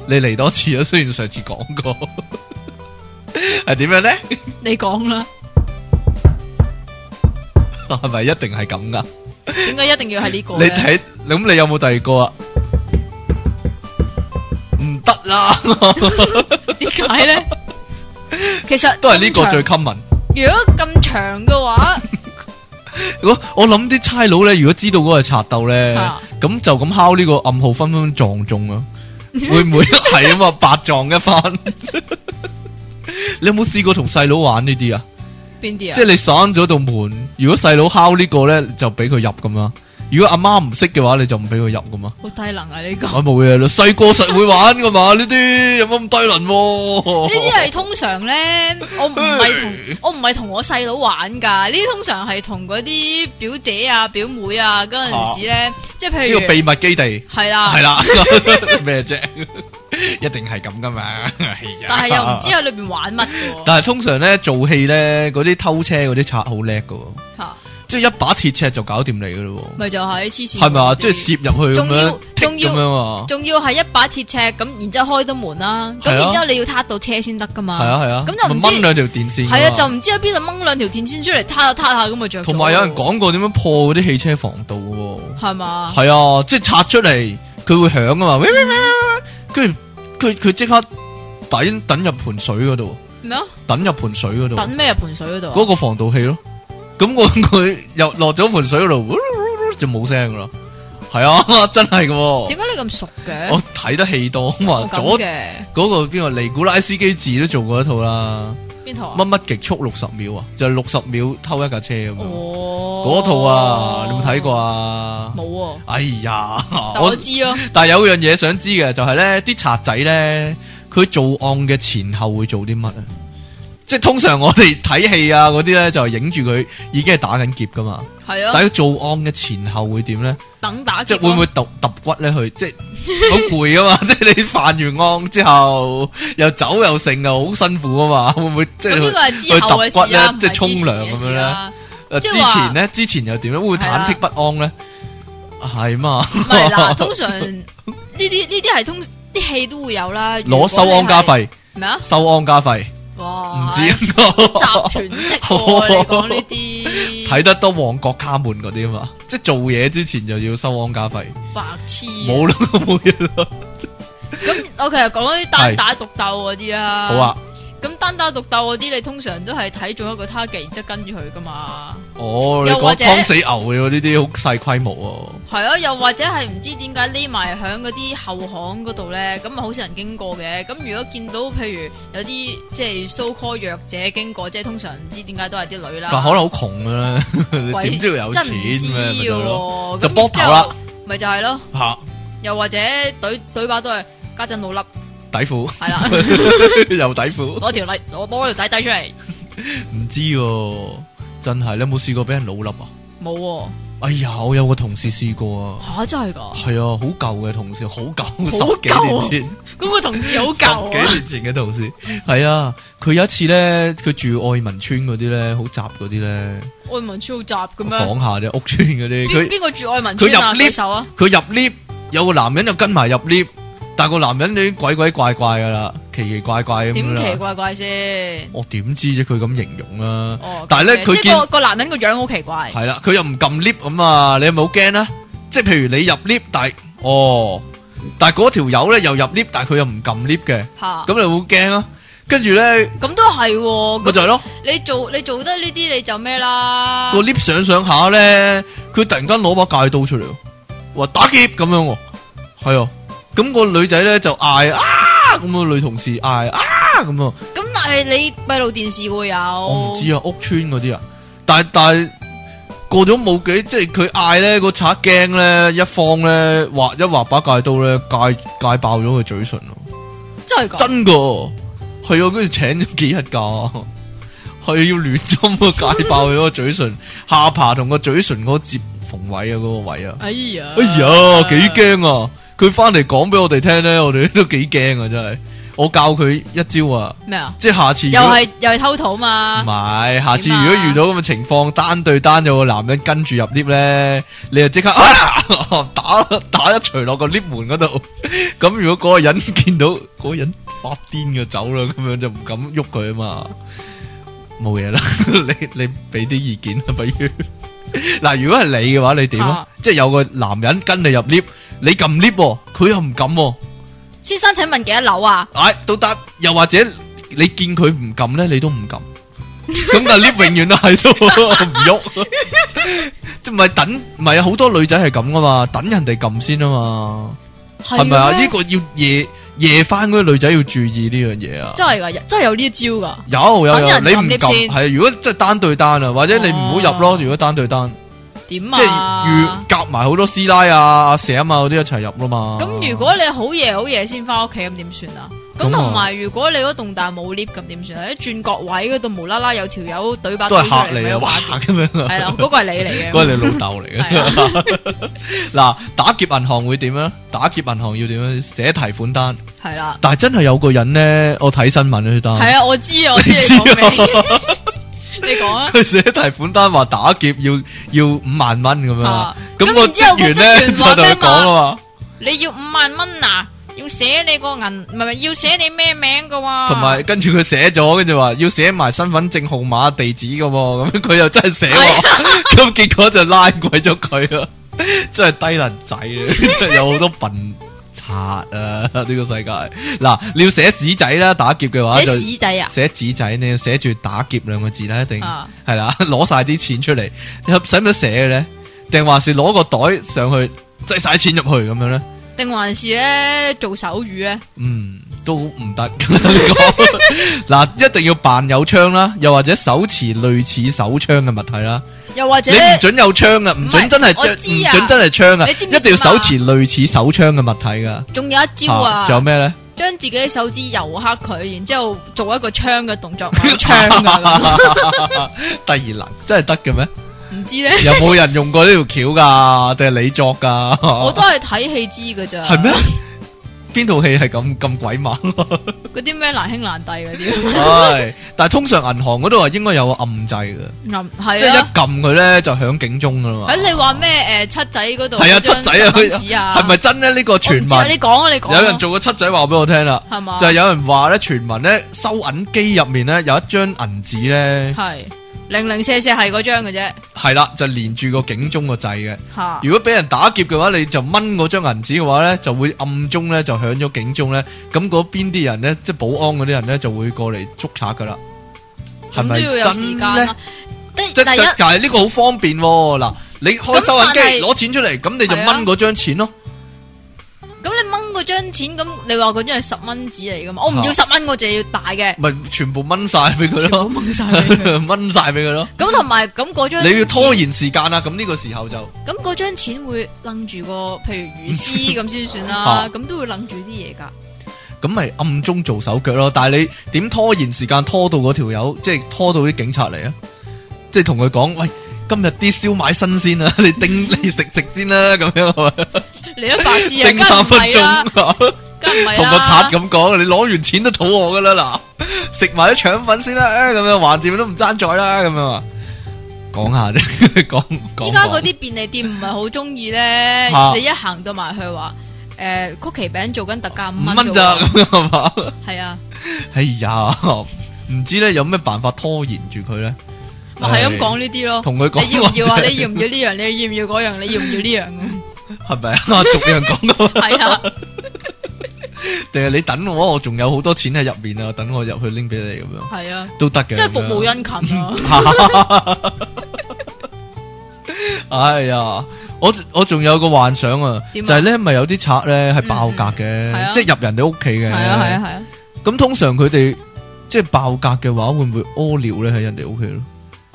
S1: 你嚟多次啊，雖然上次講過， [laughs] 係點樣咧？
S2: 你講啦，
S1: [laughs] 係咪一定係咁噶？
S2: 點解一定要係呢個
S1: [laughs] 你
S2: 咧？
S1: 睇，咁你有冇第二個啊？唔得啦，
S2: 點
S1: [laughs]
S2: 解咧？其實
S1: 都係呢個
S2: 咁
S1: 最
S2: 長
S1: common。
S2: 如果咁長嘅話，
S1: 如果我諗啲差佬咧，如果知道嗰個係賊鬥咧
S2: 啊，
S1: 咁就咁敲呢個暗號，分分撞中
S2: [laughs]
S1: 啊！會唔會係啊嘛？白撞一番。你有冇試過同細佬玩呢啲啊？
S2: 邊啲
S1: 即
S2: 啊？
S1: 係你閂咗道門，如果細佬敲呢個咧，就俾佢入咁啦。如果阿媽唔識嘅話，你就唔俾佢入咁
S2: [laughs]
S1: 嘛。
S2: 好低能啊！呢個
S1: 我冇嘢啦，細個實會玩噶嘛，呢啲有冇咁低能喎？
S2: 呢啲係通常咧，我唔係同我唔係同我細佬玩㗎，呢啲通常係同嗰啲表姐啊、表妹啊嗰陣時咧，即係譬
S1: 呢個
S2: 如啊
S1: 秘密基地
S2: 係啦
S1: 係，啦， [laughs] 咩啫？一定係咁噶嘛，
S2: 但
S1: 但
S2: 係又唔知。喺裏边玩乜嘅
S1: [laughs]
S2: 喎
S1: 但係通常咧做戲咧，嗰啲偷車嗰啲賊好叻噶，
S2: 嚇，
S1: 即係一把鐵尺就搞掂你噶咯
S2: 咪就係黐
S1: 喎，
S2: 線。
S1: 係咪啊？即係攝入去咁
S2: 仲要
S1: 樣，剔
S2: 仲要
S1: 咁樣啊？
S2: 仲要係一把鐵尺咁，然之后开到門啦，咁
S1: 係啊
S2: 然之后你要挞到車先得㗎嘛。
S1: 係啊係啊，
S2: 咁就唔
S1: 咪掹
S2: 知
S1: 兩條電線㗎嘛。
S2: 係啊，就唔知喺邊度掹兩條電線出嚟挞下挞下咁咪着咗。
S1: 同埋有人講過點樣破嗰啲汽車防盜嘅喎，
S2: 係嘛？
S1: 係啊，即係拆出嚟佢會響啊嘛，喂喂喂喂
S2: 嗯
S1: 喂跟住佢佢即刻等等入盆水嗰度，
S2: 咩啊？
S1: 等入盆水嗰度，
S2: 等咩入盆水嗰度啊
S1: 哦嗰？個防盜器咯。咁我 [laughs] 佢又落咗盆水嗰度，就冇聲噶啦。係啊， [laughs] 真係嘅喎，
S2: 點解你咁熟嘅？
S1: 我睇得戲多啊嘛
S2: 我，
S1: 左
S2: 咁嘅
S1: 嗰個邊個尼古拉斯基治都做過一套啦，
S2: 邊套啊
S1: 乜？乜極速六十秒啊，就六十秒偷一架車咁樣。
S2: 哦，
S1: 嗰套啊，你有冇睇過？啊？
S2: 冇啊，
S1: 哎呀，
S2: 但
S1: 我
S2: 我知啊咯，
S1: 但系有樣嘢想知嘅就係咧，啲賊仔咧，佢做案嘅前後會做啲乜啊？即系通常我哋睇戲啊嗰啲咧，就係影住佢已經係打緊劫噶嘛。
S2: 係
S1: 但
S2: 啊，
S1: 係佢做案嘅前後會點咧？
S2: 等打
S1: 即
S2: 劫
S1: 系会唔
S2: 咯
S1: 會揼揼骨咧？佢即係好攰啊嘛！ [laughs] 即係你犯完案之後又走又剩啊，好辛苦啊嘛！會 [laughs] 唔會即
S2: 咁呢個
S1: 係
S2: 係之後嘅事啦，
S1: 去揼骨呢即係
S2: 係
S1: 沖涼咁樣呢
S2: 之前嘅事啊啦，
S1: 呃
S2: 即
S1: 之
S2: 係話
S1: 前咧？之前又點咧？會唔會
S2: 係啊
S1: 忐忑不安咧？係嘛？
S2: 唔
S1: [laughs]
S2: 係嗱，通常呢啲呢啲係通啲戲都會有啦，
S1: 攞收安家費。
S2: 咩啊？
S1: 收安家費，唔
S2: 哇，
S1: 知
S2: 哦 [laughs] 集團式喎，你講呢啲
S1: [laughs] 睇得多旺角卡門嗰啲啊嘛，即系做嘢之前就要收安家費，
S2: 白痴啊，
S1: 冇啦冇嘢啦。
S2: 咁我其實講啲單打獨鬥嗰啲啊，
S1: 好啊，，
S2: 咁單打獨鬥嗰啲你通常都係睇中一個 target，然之後跟住佢噶嘛。
S1: 哦，你
S2: 又
S1: 講
S2: 或者
S1: 湯死牛嘅喎呢啲好細規模
S2: 係啊，又或者係唔知點解匿埋響嗰啲後巷嗰度咧，咁啊好少人經過嘅。咁如果見到譬如有啲即係 so call 弱者經過，即係通常唔知點解都係啲女
S1: 喎，
S2: 啦。
S1: 但可能好窮噶啦，你
S2: 啊鬼
S1: 點知道有
S2: 真
S1: 錢
S2: 唔
S1: 咩？
S2: 知
S1: 咪
S2: 嘅
S1: 就係咯
S2: 喎，
S1: 就
S2: 咁
S1: 幫
S2: 之後
S1: 頭啦
S2: 咪就係咯。
S1: 吓
S2: 又或者懟懟把都係家陣老笠，
S1: 底褲 [laughs]
S2: 係啦，
S1: 又底褲，
S2: 攞條底攞攞條底底出嚟，
S1: 唔知喎，真係你有冇試過俾人老笠啊？
S2: 冇喎
S1: 哎呀，我有個同事試過啊，
S2: 吓真係
S1: [laughs]
S2: 㗎。
S1: 係啊，好舊嘅同事，好舊，
S2: 好
S1: 十幾年
S2: 舊
S1: 前。
S2: 咁個同事好
S1: 十
S2: 舊啊！
S1: 幾年前嘅同事，係啊，佢有一次咧，佢住愛民村嗰啲咧，好雜嗰啲咧，
S2: 愛民村好雜咁
S1: 我
S2: 樣，
S1: 講下啫，屋村嗰啲，
S2: 邊
S1: 佢
S2: 邊個住愛民村
S1: 佢
S2: 啊？
S1: 入 lift
S2: 舉手啊！
S1: 佢入 lift，有個男人就跟埋入 lift，但係個男人已經鬼鬼怪怪噶啦，奇奇怪怪咁樣
S2: 點奇
S1: 啦。
S2: 怪怪先？
S1: 我點知啫？佢咁形容啦，
S2: 哦，
S1: 但係呢
S2: 咁嘅
S1: 佢
S2: 即
S1: 見
S2: 係個個男人個樣好奇怪，
S1: 係啦，佢又唔撳 lift 咁啊，你係咪好驚啦？即係譬如你入 lift，但係哦，但係嗰條友咧又入 lift，但係佢又唔撳 lift 嘅，
S2: 吓
S1: 咁你會好驚啊？跟住咧，
S2: 咁都係喎。
S1: 咪就
S2: 咁
S1: 係咯。
S2: 你做你做得呢啲你就咩啦
S1: 个？lift 上上下咧，佢突然间攞把戒刀出嚟喎，话打劫咁样喎，系啊，咁、個个女仔咧就嗌啊，咁個女同事嗌啊，咁啊，
S2: 咁但係你閉路電視會有，
S1: 我唔知啊，屋村嗰啲啊，但系但系过咗冇几，即系佢嗌咧个贼惊咧，一放咧划一划把戒刀咧，戒戒爆咗佢嘴唇咯，
S2: 真係㗎。
S1: 真噶，系啊，跟住请咗几日假， [laughs] 係要亂針個解爆佢個嘴唇，下巴同個嘴唇嗰個接縫位啊，嗰、個位啊，
S2: 哎呀，
S1: 哎呀，幾驚啊！佢翻嚟講俾我哋聽咧，我哋都幾驚啊，真係。我教佢一招啊，
S2: 咩啊？
S1: 即係下次如
S2: 又
S1: 果
S2: 係又係偷土
S1: 唔
S2: 嘛？
S1: 係，下次
S2: 點啊
S1: 如果遇到咁嘅情況，單對單有個男人跟住入 lift 咧，你就
S2: [laughs]
S1: 即刻啊 [laughs] 打打一錘落個 lift 門嗰度。 [laughs] 咁如果嗰個人見到嗰個人發癲就走啦，咁樣就唔敢喐佢啊嘛。冇嘢啦， [laughs] 你你俾啲意見啦，不如 [laughs] 嗱，如果係你嘅話，你點啊
S2: 啊？
S1: 即係有個男人跟你入 lift，你撳 lift，喎佢又唔敢喎，
S2: 先生，請問幾多樓啊？
S1: 唉，都得。又或者你見佢唔撳咧，你都唔撳。咁但 lift 永遠都喺 [laughs] 度唔喐，即係唔係等，唔係啊！好多女仔係咁噶嘛，等人哋撳先啊嘛，係
S2: 係
S1: 咪啊？
S2: 嘅咩
S1: 呢個要夜夜翻嗰啲女仔要注意呢樣嘢啊！
S2: 真係噶，真係有呢招噶。
S1: 有有
S2: 等
S1: 有，
S2: 人
S1: 你唔
S2: 撳 lift
S1: 撳
S2: 先
S1: 係如果即係單對單啊，或者你唔好入咯。
S2: 哦
S1: 如果單對單，
S2: 點
S1: 即係要
S2: 啊？
S1: 夾埋好多師奶啊、阿 Sam 啊嗰啲一齊入啦嘛。
S2: 咁如果你好夜好夜先翻屋企，咁點算啊？咁
S1: 咁啊
S2: 同埋如果你嗰棟大冇 lift，咁點算啊？喺轉角位嗰度無啦啦有條友懟把
S1: 都係
S2: 嚇
S1: 嚇你啊，哇咁樣啊
S2: 係啦，嗰個係你
S1: 嗰
S2: 嚟嘅。
S1: 係你老豆嚟嘅。
S2: 係啊
S1: 嗱，打劫銀行會點咧？打劫銀行要點咧？寫提款單，
S2: 係啦，
S1: 但係真係有個人咧，我睇新聞呢單，
S2: 係啊，我知啊，我知你
S1: 知啊
S2: 講咩， [laughs] 你講啊。
S1: [laughs] 佢寫提款單話打劫要要五萬蚊咁樣啊
S2: 啊，
S1: 咁
S2: 咁
S1: 個
S2: 然之
S1: 職
S2: 後個
S1: 員
S2: 職
S1: 咧
S2: 員
S1: 就
S2: 話
S1: 同佢
S2: 咩啊
S1: 講啦嘛，
S2: 你要五萬蚊啊？要寫你個銀，唔係唔係要寫你咩名噶喎？
S1: 同埋跟住佢寫咗，跟住話要寫埋身份證號碼、地址嘅喎，咁佢又真係寫喎，
S2: 啊
S1: [laughs] 咁結果就拉鬼咗佢啦，真係低能仔啊！
S2: [laughs]
S1: 真係有好多笨賊啊！呢個世界嗱，你要寫紙仔啦，打劫嘅話
S2: 寫
S1: 就。
S2: 屎仔啊？
S1: 寫紙仔，你要寫住打劫兩個字啦，一定
S2: 啊
S1: 係啦， [laughs] 攞晒啲錢出嚟，使唔使寫嘅咧？定還是攞個袋上去擠晒錢入去咁樣咧？
S2: 定還是咧做手語咧？
S1: 嗯，都唔得㗎啦呢
S2: [laughs]
S1: 個嗱，一定要扮有槍啦，又或者手持類似手槍嘅物體啦。
S2: 又或者
S1: 你唔准有槍啊，唔
S2: 唔係
S1: 准真係
S2: 我
S1: 槍
S2: 知
S1: 唔
S2: 啊
S1: 准真係槍啊，
S2: 你知唔知
S1: 一定要
S2: 點啊
S1: 手持類似手槍嘅物體㗎。
S2: 仲有一招
S1: 嚇仲有
S2: 啊？
S1: 咩咧？ [laughs]
S2: 將自己嘅手指油黑佢，然之后做一個槍嘅動
S1: [laughs]
S2: 作，玩槍噶，
S1: 第二能真係得嘅咩？
S2: 唔知咧，
S1: [laughs] 有冇人用過呢條橋㗎？定係你作㗎？
S2: 我都係睇戲知噶咋。
S1: 系啊咩？？边套戏系咁咁鬼猛？
S2: 嗰啲咩難兄難弟
S1: [laughs]
S2: 嗰啲，
S1: 唉，但系通常銀行嗰度啊，應該有個暗掣嘅，
S2: 嗯
S1: 即
S2: 係
S1: 係
S2: 啊。
S1: 一撳佢咧就響警鐘噶啦嘛
S2: 喺。你話咩？诶，七仔嗰度
S1: 哦係啊，
S2: 嗰張
S1: 七仔啊，
S2: 新聞紙啊，
S1: 佢係咪真咧？呢個
S2: 我唔
S1: 傳
S2: 知啊
S1: 聞
S2: 你講啊，你講啊。
S1: 有人做過七仔話俾我聽啦，
S2: 係嘛？
S1: 就係有人話咧，傳聞咧收銀機入面咧有一張銀紙咧，
S2: 系零零舍舍系嗰張嘅啫，
S1: 係啦，就連住個警鐘個掣嘅。
S2: 吓
S1: 如果俾人打劫嘅話，你就掹嗰張銀紙嘅話咧，就會暗中咧就響咗警鐘咧，咁嗰邊啲人咧，即係保安嗰啲人咧就會過嚟捉賊噶啦，係
S2: 咁都
S1: 咪
S2: 要有時
S1: 真
S2: 間
S1: 咧
S2: 啦？。第
S1: 即
S2: 第一
S1: 係但係呢個好方便喎，嗱，你開收銀機
S2: 咁但係
S1: 攞錢出嚟，咁你就
S2: 係啊
S1: 掹嗰張錢咯，
S2: 咁你掹嗰張錢，咁你話嗰張係十蚊紙嚟噶嘛？我唔要十蚊，我就要大嘅，
S1: 咪全部掹晒俾佢
S2: 全部
S1: 咯，
S2: 掹晒
S1: [laughs]
S2: 俾佢。
S1: 掹晒俾佢咯。
S2: 咁同埋咁嗰張
S1: 你要拖
S2: 錢，
S1: 延時間啦，咁呢個時候就
S2: 咁嗰張錢會楞住個譬如魚絲咁先算
S1: 啊
S2: 啦，咁都會楞住啲嘢㗎。
S1: 咁咪暗中做手腳咯。但係你點拖延時間拖到嗰條友，即係拖到啲警察嚟啊？即係同佢講，喂，今日啲燒賣新鮮啊，你叮 [laughs] 你食食先啦，咁樣係咪
S2: 你都白痴
S1: [laughs] 叮
S2: 啊，梗係
S1: 三
S2: 唔
S1: 分
S2: 係啊啦，
S1: 鐘，
S2: 梗係唔係
S1: 同個賊
S2: 啦。
S1: 咁講，你攞完錢都肚餓噶啦嗱，食埋啲腸粉先啦，咁樣橫掂都唔爭在啦，咁樣啊，講下啫， [laughs] 講講。
S2: 依家嗰
S1: 講
S2: 啲便利店唔係好中意咧
S1: 嚇，
S2: 你一行到埋去話，诶曲奇餅做緊特價
S1: 五
S2: 五
S1: 蚊咋咁樣係嘛？
S2: 系啊。
S1: 哎呀，唔知咧有咩辦法拖延住佢咧？
S2: 咪係咁講呢啲咯。
S1: 同佢講
S2: 哦你要唔要
S1: 或
S2: 啊？
S1: 者
S2: 你要唔要呢樣？你要唔要嗰樣？你要唔要呢
S1: 係咪 [laughs] 啊？逐樣講 [laughs] 到。
S2: 樣？係啊，
S1: 定係你等我，我仲有好多錢喺入面啊！等我入去拎俾你咁樣
S2: 係啊，
S1: 都得嘅。
S2: 即係服
S1: 咁樣
S2: 務殷勤啊。
S1: 哎呀，我我仲有個幻想啊，就
S2: 點啊
S1: 係咧，咪有啲賊咧係爆格
S2: 嗯係
S1: 嘅，
S2: 啊
S1: 即係入人哋屋企嘅。
S2: 係啊，係啊，係啊，
S1: 咁通常佢哋即係爆格嘅話，會唔會屙尿咧喺人哋屋企咯？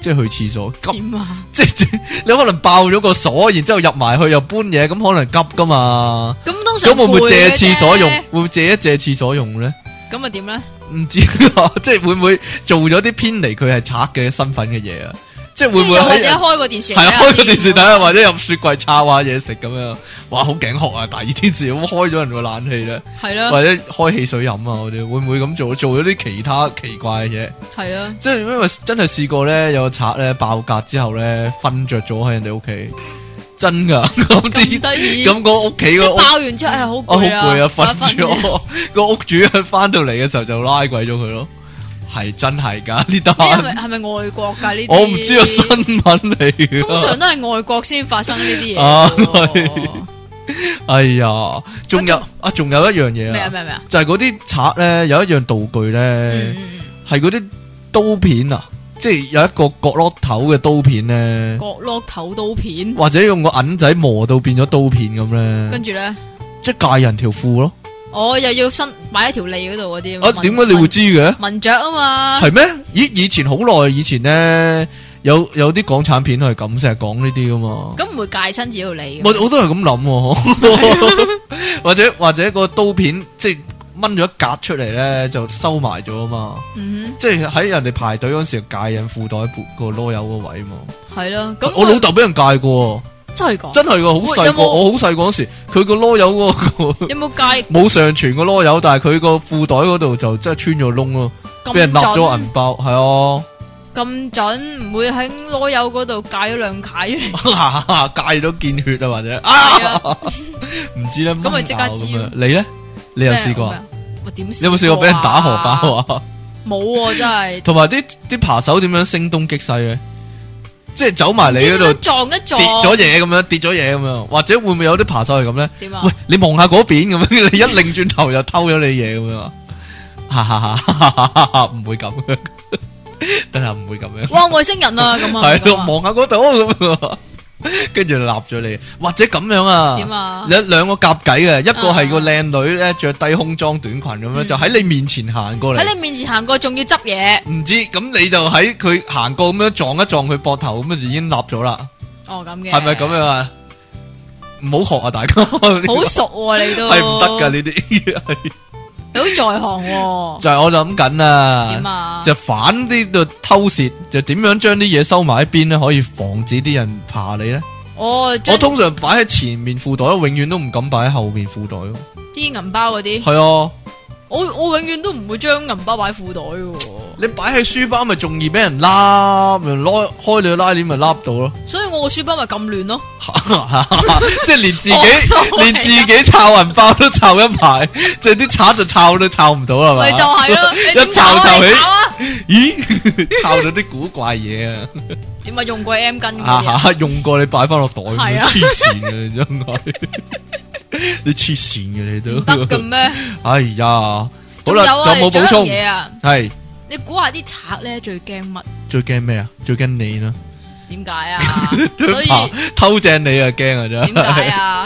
S1: 即係去廁所急，
S2: 點啊？
S1: 即係你可能爆咗個鎖，然之後入埋去又搬嘢，咁可能急噶嘛。
S2: 咁通常
S1: 咁會唔會借
S2: 攰嘅啫
S1: 廁所用？會唔會借一借廁所用咧？
S2: 咁啊點咧？
S1: 唔知啊，即系会唔会做咗啲偏离佢系賊嘅身份嘅嘢啊？即系会
S2: 即
S1: 唔啊会
S2: 系又或
S1: 喺
S2: 者啊開個電視
S1: 系
S2: 嚟睇下
S1: 开个电视
S2: 先
S1: 睇下，或者入雪柜抄下嘢食咁样？哇，好頸渴啊！第二天時咁開咗人個冷氣咧，
S2: 係啦，
S1: 或者開汽水飲啊，我哋會唔會咁做？做咗啲其他奇怪嘅嘢？
S2: 係啊，
S1: 即係因為真係試過咧，有個賊咧爆格之後咧，瞓着咗喺人哋屋企，真噶咁
S2: 咁
S1: 啲
S2: 得意。
S1: 咁個屋企
S2: 一
S1: 個屋。
S2: 爆完之後，唉，好
S1: 我好
S2: 攰啦，
S1: 攰啊，
S2: 快
S1: 瞓
S2: 咗
S1: 咗。個屋主翻到嚟嘅時候就拉鬼咗佢咯，係真係㗎呢
S2: 呢係咪
S1: 單，
S2: 係咪外國㗎呢
S1: [laughs]
S2: 啲？
S1: 我唔知啊新聞嚟 [laughs] 㗎。
S2: 通常都係外國先發生呢啲嘢
S1: 啊
S2: 嘅喎。
S1: 哎呀，仲有啊，仲有一樣嘢
S2: 咩啊
S1: 啊，
S2: 咩啊咩啊？
S1: 就係嗰啲賊咧有一樣道具
S2: 嗯
S1: 咧，
S2: 嗯嗯，
S1: 係嗰啲刀片啊，即係有一個角落頭嘅刀片咧，
S2: 角落頭刀片，
S1: 或者用個銀仔磨到變咗刀片咁咧
S2: 跟，住咧，
S1: 即係戒人條褲咯。
S2: 我又要伸擺喺條脷嗰度嗰啲。
S1: 啊，
S2: 聞
S1: 點解你會
S2: 聞
S1: 知嘅？
S2: 聞雀啊嘛？
S1: 系咩？咦，以前好耐以前咧，有有啲港產片係咁成日講呢啲噶嘛，
S2: 咁唔會戒親自己條脷
S1: 我
S2: 嘅。
S1: 我都係咁諗
S2: [laughs]
S1: 喎，或者或者個刀片即係掹咗一格出嚟咧，就收埋咗啊嘛，
S2: 嗯
S1: 即係喺人哋排隊嗰時候戒人褲袋個籮柚個位嘛。
S2: 哼，係咯。咁
S1: 我老豆俾人戒過，
S2: 真係講，
S1: 真係噶，好
S2: 喂有
S1: 細個，
S2: 冇
S1: 我好細個嗰時，佢個籮柚嗰個
S2: 有冇戒
S1: 冇上傳個籮柚，但係佢個褲袋嗰度就真係穿咗窿咯，俾
S2: 咁
S1: 人立咗銀
S2: 準？
S1: 包，係啊。
S2: 咁準唔會喺攞柚嗰度戒咗兩解出嚟？
S1: [laughs] 戒咗見血啊，或 [laughs] 者啊，唔知咧，啊
S2: 咁咪即刻知
S1: 掹咬咁樣你咧，你有
S2: 咩
S1: 試過啊？？
S2: 我點？
S1: 你有冇試過俾人打荷包？啊？
S2: 冇喎，真係。
S1: 同埋啲啲扒手點樣聲東擊西嘅？即係走埋你嗰
S2: 唔知點樣
S1: 度
S2: 撞一
S1: 跌
S2: 撞
S1: 咗嘢咁樣，跌咗嘢咁樣，或者會唔會有啲扒手係咁咧？
S2: 點啊
S1: 喂？，你望下嗰邊咁樣，你 [laughs] 一擰轉頭就偷咗你嘢咁樣啊，哈哈哈哈哈哈哈！唔會咁 [laughs] 樣，但係唔會咁樣。
S2: 哇！外星人啊，咁啊，
S1: 系咯，
S2: 咁啊
S1: 望下嗰度咁啊，跟住就立咗你，或者咁樣啊，
S2: 點啊
S1: 有兩個夾計嘅，一個係個
S2: 啊
S1: 靚女咧着低胸裝短裙咁樣，
S2: 嗯
S1: 就喺你面前行過嚟
S2: 喺，你面前行過，仲要執嘢。
S1: 唔知咁你就喺佢行過咁樣撞一撞佢膊頭，咁就已經立咗啦，
S2: 哦，咁嘅
S1: 係咪咁？樣啊？唔好學啊，大家，
S2: [laughs] 好熟喎，你都
S1: 係唔得噶呢啲， [laughs] 係
S2: 你好在行喎。
S1: 就係我諗緊
S2: 點
S1: 啊。
S2: 啊？
S1: 就反啲度偷竊，就點樣將啲嘢收埋喺邊咧，可以防止啲人爬你咧？
S2: 我
S1: 我
S2: 將
S1: 通常擺喺前面褲袋，永遠都唔敢擺喺後面褲袋咯。
S2: 啲銀包嗰啲，
S1: 係啊，
S2: 我我永遠都唔會將銀包擺褲袋嘅喎，
S1: 你擺喺書包咪仲易俾人拉，咪攞開你個拉鏈咪拉到咯。 [laughs]
S2: 所以我個書包咪咁亂咯。
S1: 即係連自
S2: 我都
S1: 己
S2: 係啊
S1: 連自己抄銀包都抄一排，即係啲賊就抄都抄唔到啦嘛。
S2: 咪就
S1: [laughs]
S2: 係咯，你點
S1: 一
S2: 搞
S1: 摷
S2: 啊？
S1: 摷
S2: 你
S1: 起
S2: 搞啊？
S1: 咦， [laughs] 抄咗啲古怪嘢
S2: [laughs]
S1: 啊！
S2: 你咪用過 M 巾嗰啲
S1: 啊
S2: 啊？
S1: 哈！用過你擺翻落袋，
S2: 係啊
S1: 黐線嘅你真係，你黐線嘅你
S2: 唔得嘅
S1: 都。
S2: 咩？
S1: [laughs] 哎呀，好
S2: 仲
S1: 啦，
S2: 有啊，
S1: 有冇
S2: 仲
S1: 補
S2: 有
S1: 充
S2: 一樣？嘢啊？
S1: 係。
S2: 你估下啲賊咧最
S1: [laughs]
S2: 驚乜？
S1: 最驚咩啊？最驚你啦，
S2: 點解啊？所以
S1: 怕 [laughs] 偷正你啊，驚啊真係。
S2: 點解？
S1: [laughs]
S2: 啊？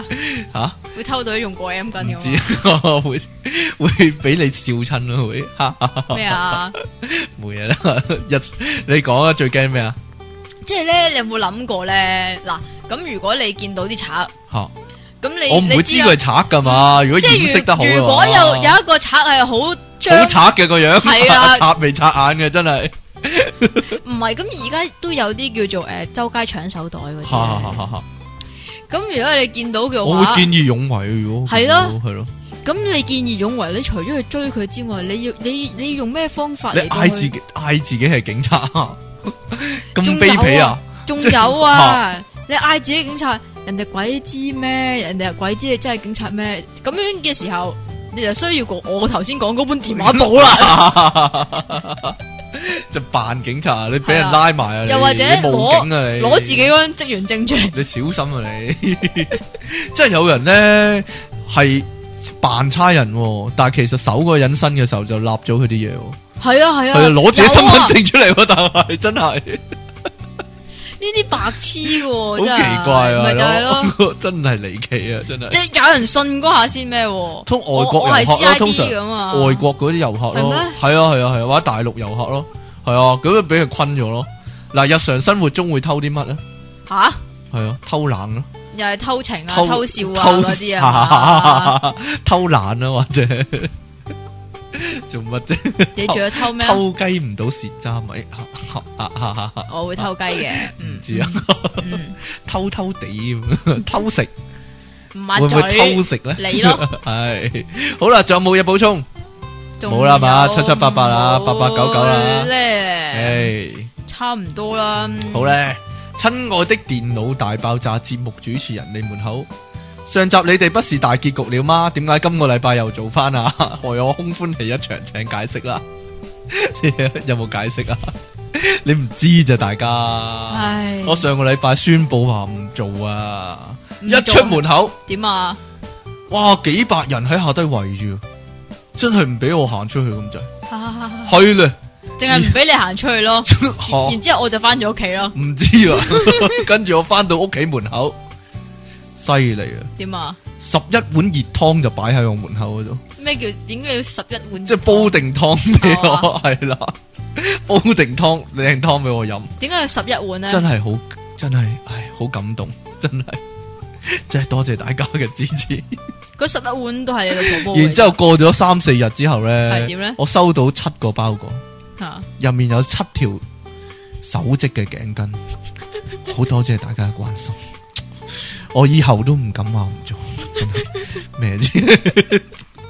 S1: 吓，
S2: 會偷到用過 M
S1: 唔
S2: 巾嘅
S1: 知
S2: 啊
S1: [laughs] 會會俾你笑親咯，會哈哈哈
S2: 嘛咩啊？
S1: 冇嘢啦。 [laughs] 一你講啊，最驚咩啊？
S2: 即係咧，你有冇諗過咧？嗱，咁如果你見到啲賊，
S1: 吓，
S2: 咁你
S1: 我唔會
S2: 你
S1: 知
S2: 啊嗯
S1: 佢係賊噶嘛。如果
S2: 即
S1: 掩
S2: 係
S1: 飾得好嘅話
S2: 如如果有有一個賊係好
S1: 好
S2: 張，
S1: 賊嘅個樣，
S2: 係啊
S1: [laughs]
S2: 啦
S1: 賊眉賊眼嘅真係。
S2: 唔係咁而家都有啲叫做誒周街搶手袋嗰
S1: 哈哈哈
S2: 啲。
S1: 哈哈！
S2: 咁如果你見到嘅
S1: 我
S2: 話
S1: 會，見義勇為，如果
S2: 係咯
S1: 係咯，
S2: 咁你見義勇為，你除咗去追佢之外，你要你你要用咩方法
S1: 你
S2: 嚟到
S1: 嗌自
S2: 去？
S1: 己嗌自己係警察， [laughs] 咁
S2: 仲有
S1: 卑鄙啊！
S2: 仲
S1: [laughs]
S2: 有啊，你嗌自己警察，人哋鬼知咩？人哋鬼知你真係警察咩？咁樣嘅時候，你就需要個我頭先講嗰本電話簿啦。
S1: 啦，就扮警察，你俾人拉埋啊！
S2: 又或者
S1: 攞警啊你，
S2: 攞自己嗰張職員證出嚟，
S1: 你小心啊你！ [laughs] 即係有人咧係扮差人喎，但係其實搜嗰個人身嘅時候就立咗佢啲嘢喎，
S2: 係啊係啊，
S1: 係啊攞自己身份
S2: 有啊
S1: 證出嚟喎，但係真係
S2: 呢啲白痴嘅
S1: 好
S2: 喎，真係
S1: 奇怪啊！
S2: 咪就係咯，
S1: 咯，真係離奇啊！真
S2: 即
S1: 係
S2: 係有人信嗰下先咩喎？
S1: 通
S2: 我
S1: 外國
S2: 我係
S1: 遊客咯，通
S2: CID
S1: 常
S2: 咁啊，
S1: 外國嗰啲遊客
S2: 係
S1: 咯
S2: 咩，
S1: 係啊係啊係啊，或者大陸遊客咯，係啊，咁就俾佢困咗咯。嗱，日常生活中會偷啲乜咧？
S2: 吓
S1: 系啊，偷懶咯，
S2: 又係偷情啊、
S1: 偷 [laughs]
S2: 偷笑啊嗰啲啊， [laughs]
S1: 偷懶啊或者做乜啫？
S2: 你仲要偷咩啊？
S1: 偷雞唔到蝕渣啊米，唔
S2: 我會偷雞嘅，
S1: [laughs] 啊
S2: 嗯
S1: 知啊，
S2: 嗯，
S1: 偷偷地
S2: [laughs]
S1: 咁偷食，會
S2: 唔抹
S1: 唔會偷
S2: 嘴，
S1: 食咧？[laughs]
S2: 你咯，
S1: 系好啦，仲有冇嘢補充？
S2: 仲
S1: 冇啦嘛
S2: 有
S1: 7788啦
S2: 冇
S1: 8899啦
S2: 咧
S1: 诶，
S2: 差唔多啦，嗯
S1: 好啊咧，親愛的電腦大爆炸節目主持人，你們好。上集你哋不是大結局了嗎？點解今個禮拜又做翻啊？ [laughs] 害我空歡喜一場，請解釋啦。 [laughs] 你有冇解釋啊？ [laughs] 你唔知咋，大家。
S2: 唉
S1: 我上個禮拜宣布話唔做啊，
S2: 唔
S1: 一
S2: 做
S1: 出門口，
S2: 點啊？ [laughs]
S1: 哇，幾百人喺下低圍住，真係唔俾我行出去咁滯。
S2: 淨
S1: 係咧， [laughs]
S2: 係唔俾你行出去咯，
S1: 嚇
S2: 然之後我就翻咗屋企咯，
S1: 唔知啊， [laughs] 跟住我翻到屋企門口，犀利啊！
S2: 點啊？
S1: 十一碗熱湯就擺喺我門口嗰度，
S2: 咩叫點解要十一碗？
S1: 即係煲定湯俾
S2: 哦
S1: 我，係啦、煲定湯靚湯俾我飲，
S2: 點解要十一碗咧？
S1: 真係好，真係，唉，好感動，真係，真係多謝大家嘅支持。
S2: 嗰十一碗都係你老婆煲嘅。
S1: 然之後過咗三四日之後咧，
S2: 哦係點咧
S1: 我收到七個包裹，
S2: 嚇
S1: 入面有七條手織嘅頸巾，好多謝大家嘅關心。我以後都唔敢話唔做，真係咩啫？ [laughs]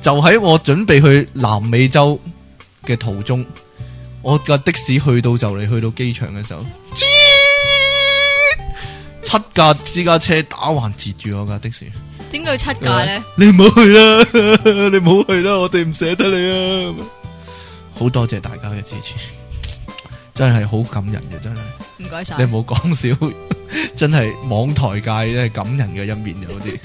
S1: 就喺我準備去南美洲嘅途中，我架的士去到就嚟去到機場嘅時候，七架私家車打橫截住我架的士。
S2: 點解要七架咧？
S1: 你唔好去啦， [laughs] 你唔好去啦，我哋唔捨得你啊！好多謝大家嘅支持，真係好感人嘅，真係
S2: 唔該晒
S1: 你。唔好講笑， [laughs] 真係網台界咧感人嘅一面有啲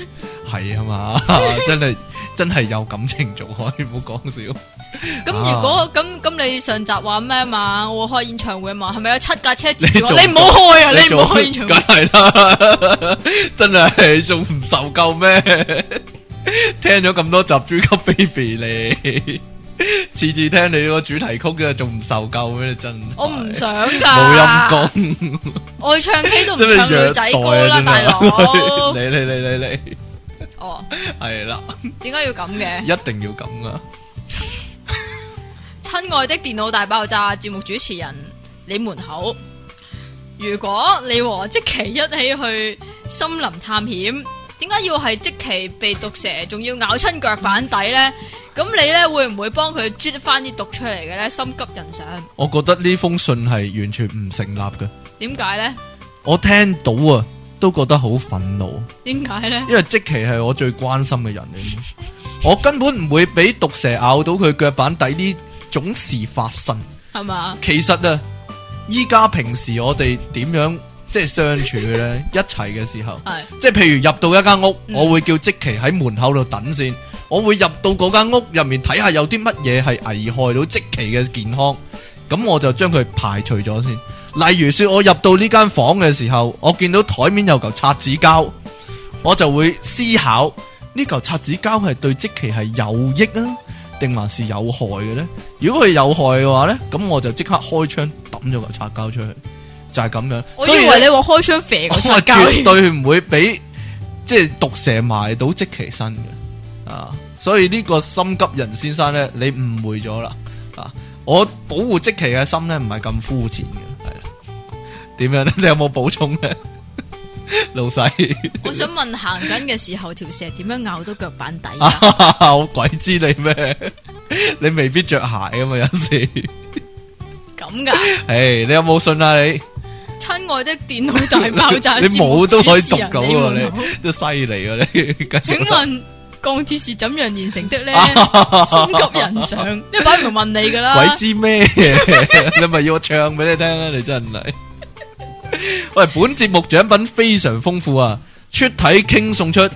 S1: 係啊嘛， [laughs] 真係真係有感情做開，唔好講笑。
S2: 咁
S1: 啊
S2: 如果咁咁，你上集話咩嘛？我開演唱會啊嘛，係咪有七架車接住
S1: [laughs]
S2: 我？
S1: 你做
S2: 你唔好開啊！你唔
S1: 做
S2: 好開演唱會
S1: 梗。係 [laughs] 啦，真係仲唔受夠咩？聽咗咁多集《豬級 baby》你次次聽你個主題曲嘅，仲唔受夠咩？你真係
S2: 我唔想噶。
S1: 冇陰。功，
S2: 我唱 K 都唔
S1: 真係
S2: 唱女仔歌啦，
S1: 虐待
S2: 大
S1: 啊
S2: 佬。
S1: [laughs] 真係你你你你你
S2: 哦，
S1: 係啦，
S2: 點解要咁嘅？
S1: 一定要咁噶。
S2: 親愛的電腦大爆炸節目主持人，你們好。如果你和即期一起去森林探險，點解要係即期被毒蛇仲要咬親腳板底呢？咁你呢會唔會幫佢啜翻啲毒出嚟嘅呢？心急人上，
S1: 我覺得呢封信係完全唔成立嘅，
S2: 點解呢？
S1: 我聽到啊都覺得好憤怒。
S2: 點解呢？
S1: 因为即期系我最關心嘅人嚟嘛，我根本唔會俾毒蛇咬到佢腳板底呢種事發生。
S2: 係嘛？
S1: 其實啊，依家平時我哋點樣即係相處嘅咧？一齊嘅時候，
S2: 係
S1: 即係譬如入到一間屋，
S2: 嗯
S1: 我會叫即期喺門口度等先，我會入到嗰間屋入面睇下有啲乜嘢係危害到即期嘅健康，咁我就將佢排除咗先。例如说，我入到呢間房嘅時候，我見到台面有嚿擦紙膠，我就會思考呢嚿擦紙膠係對即期係有益啊，定還是有害嘅呢？如果佢有害嘅話呢，咁我就即刻開槍抌咗嚿擦膠出去，就係咁樣。
S2: 我以
S1: 所以呢
S2: 為你話開槍 [laughs] 肥
S1: 我係
S2: 個擦
S1: 絕
S2: 膠，
S1: 對唔會俾即系毒蛇埋到即其身嘅啊！所以呢個心急人先生咧，你誤會咗啦啊！我保護即其嘅心咧，唔係咁膚淺嘅，係啦。點樣咧？ [laughs] 你有冇補充咧，老細？ [laughs]
S2: 我想問行緊嘅時候條蛇點樣咬到腳板底啊
S1: [laughs]
S2: 㗎？
S1: 我鬼知你咩？你未必着鞋噶嘛，有時。
S2: 咁噶？
S1: 诶，你有冇信啊？你
S2: 親愛的電腦大爆
S1: [laughs]
S2: 炸，
S1: 你冇都可以讀到
S2: 喎
S1: 喎，你都犀利啊！你繼
S2: 請
S1: 續啦
S2: 問鋼鐵是怎樣煉成的
S1: [laughs]
S2: 呢？心急人上，呢擺明問你噶
S1: 鬼
S2: 啦。
S1: 知咩？ [laughs] 你咪要我唱俾你聽啊！你真係。喂，本節目獎品非常豐富啊！出體傾送出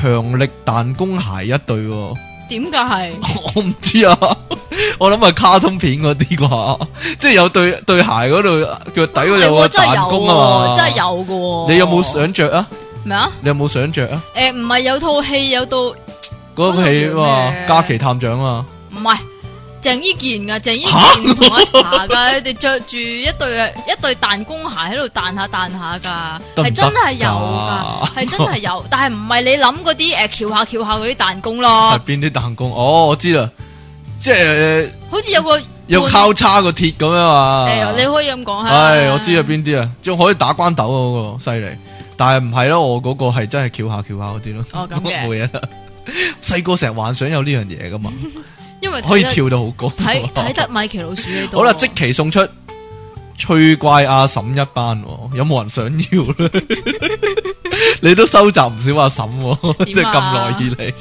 S1: 強力彈弓鞋一對、喎。 [laughs]
S2: 點解係？
S1: 我唔知啊，我諗係卡通片嗰啲啩，即係有對對鞋嗰度腳底嗰度有個
S2: 係哎喎真係
S1: 彈
S2: 有
S1: 弓啊嘛，
S2: 喎，真係。有噶喎。
S1: 你有冇想着啊？
S2: 咩啊？
S1: 你有冇想着啊？
S2: 誒，唔係有套戲有到
S1: 嗰套戲
S2: 嗰套叫
S1: 嘛，
S2: 咩
S1: 假期探長啊，
S2: 唔係，淨郑伊健噶，郑伊健同阿 Sa 噶，佢哋着住一對一對彈弓鞋喺度彈下彈下噶，
S1: 得唔
S2: 係
S1: 得
S2: 真係有
S1: 㗎
S2: 噶，係真係有，但係唔係你諗嗰啲诶翹下翹下嗰啲彈弓
S1: 係
S2: 咯，
S1: 邊啲彈弓？哦，我知啦，即係
S2: 好似有個
S1: 有交叉個鐵咁樣嘛。
S2: 诶，哎啊你可以咁講係。
S1: 唉，我知啊，邊啲啊，仲可以打關斗啊嗰個犀利，但係唔係咯，我嗰個係真係翹下翹下嗰啲咯。
S2: 哦咁
S1: [laughs]
S2: 嘅
S1: 冇嘢啦。細個成日幻想有呢樣嘢噶嘛，
S2: 因嗯為睇得
S1: 可以跳到好高。
S2: 睇睇得米奇老鼠呢度。
S1: 好啦，即期送出趣怪阿嬸一班喎，有冇人想要 [laughs] 咧？你都收集唔少阿嬸喎，即係
S2: 點
S1: 咁
S2: 啊
S1: 耐以嚟。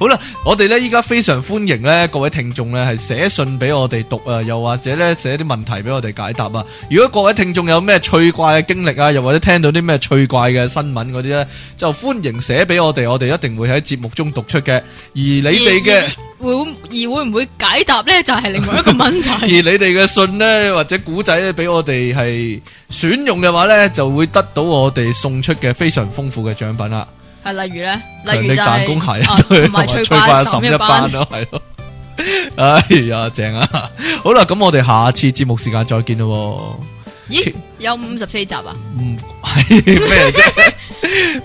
S1: 好啦，我哋咧依家非常歡迎咧各位聽眾咧係寫信俾我哋讀啊，又或者咧寫啲問題俾我哋解答啊。如果各位聽眾有咩趣怪嘅經歷啊，又或者聽到啲咩趣怪嘅新聞嗰啲咧，就歡迎寫俾我哋，我哋一定會喺節目中讀出嘅。而你
S2: 而
S1: 哋嘅。
S2: 而會而會唔會解答咧，就係另外一個
S1: [laughs]
S2: 問
S1: 而
S2: 題。
S1: 你哋嘅信呢，或者古仔咧，俾我哋係選用嘅話呢，就會得到我哋送出嘅非常豐富嘅獎品啦。
S2: 係例如咧，
S1: 強
S2: 例
S1: 力
S2: 如就
S1: 彈弓鞋
S2: 係
S1: 啊
S2: 啊
S1: [laughs] 同
S2: 同
S1: 埋
S2: 埋
S1: 翠
S2: 翠
S1: 瓜
S2: 瓜
S1: 十
S2: 嬸
S1: 一
S2: 一
S1: 班啊
S2: 班。
S1: 咯， [laughs] 係咯。哎呀，正啊！ [laughs] 好啦，咁我哋下次節目時間再見咯
S2: 咦，有五十四集啊？
S1: 喎。唔係咩啫？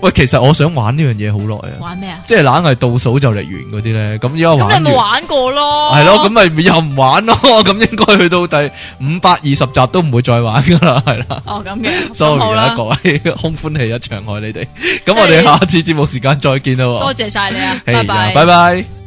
S1: [laughs] 喂，其實我想玩呢樣嘢好耐啊，
S2: 玩咩啊？
S1: 即係懶係倒數就嚟完嗰啲呢。咁而家
S2: 咁
S1: 玩
S2: 你咪
S1: 完
S2: 玩啊過咯？
S1: 系咯，咁咪又唔玩咯，咁應該去到第五百二十集都唔會再玩噶啦，係啦。
S2: 哦咁嘅，咁
S1: sorry 啊
S2: 好
S1: 啦，
S2: 啦
S1: 各，位，空歡喜一場愛你哋。咁我哋下次節目時間再見啦喎。
S2: 多謝晒你啊，
S1: 哎呀
S2: 拜拜。
S1: 拜拜。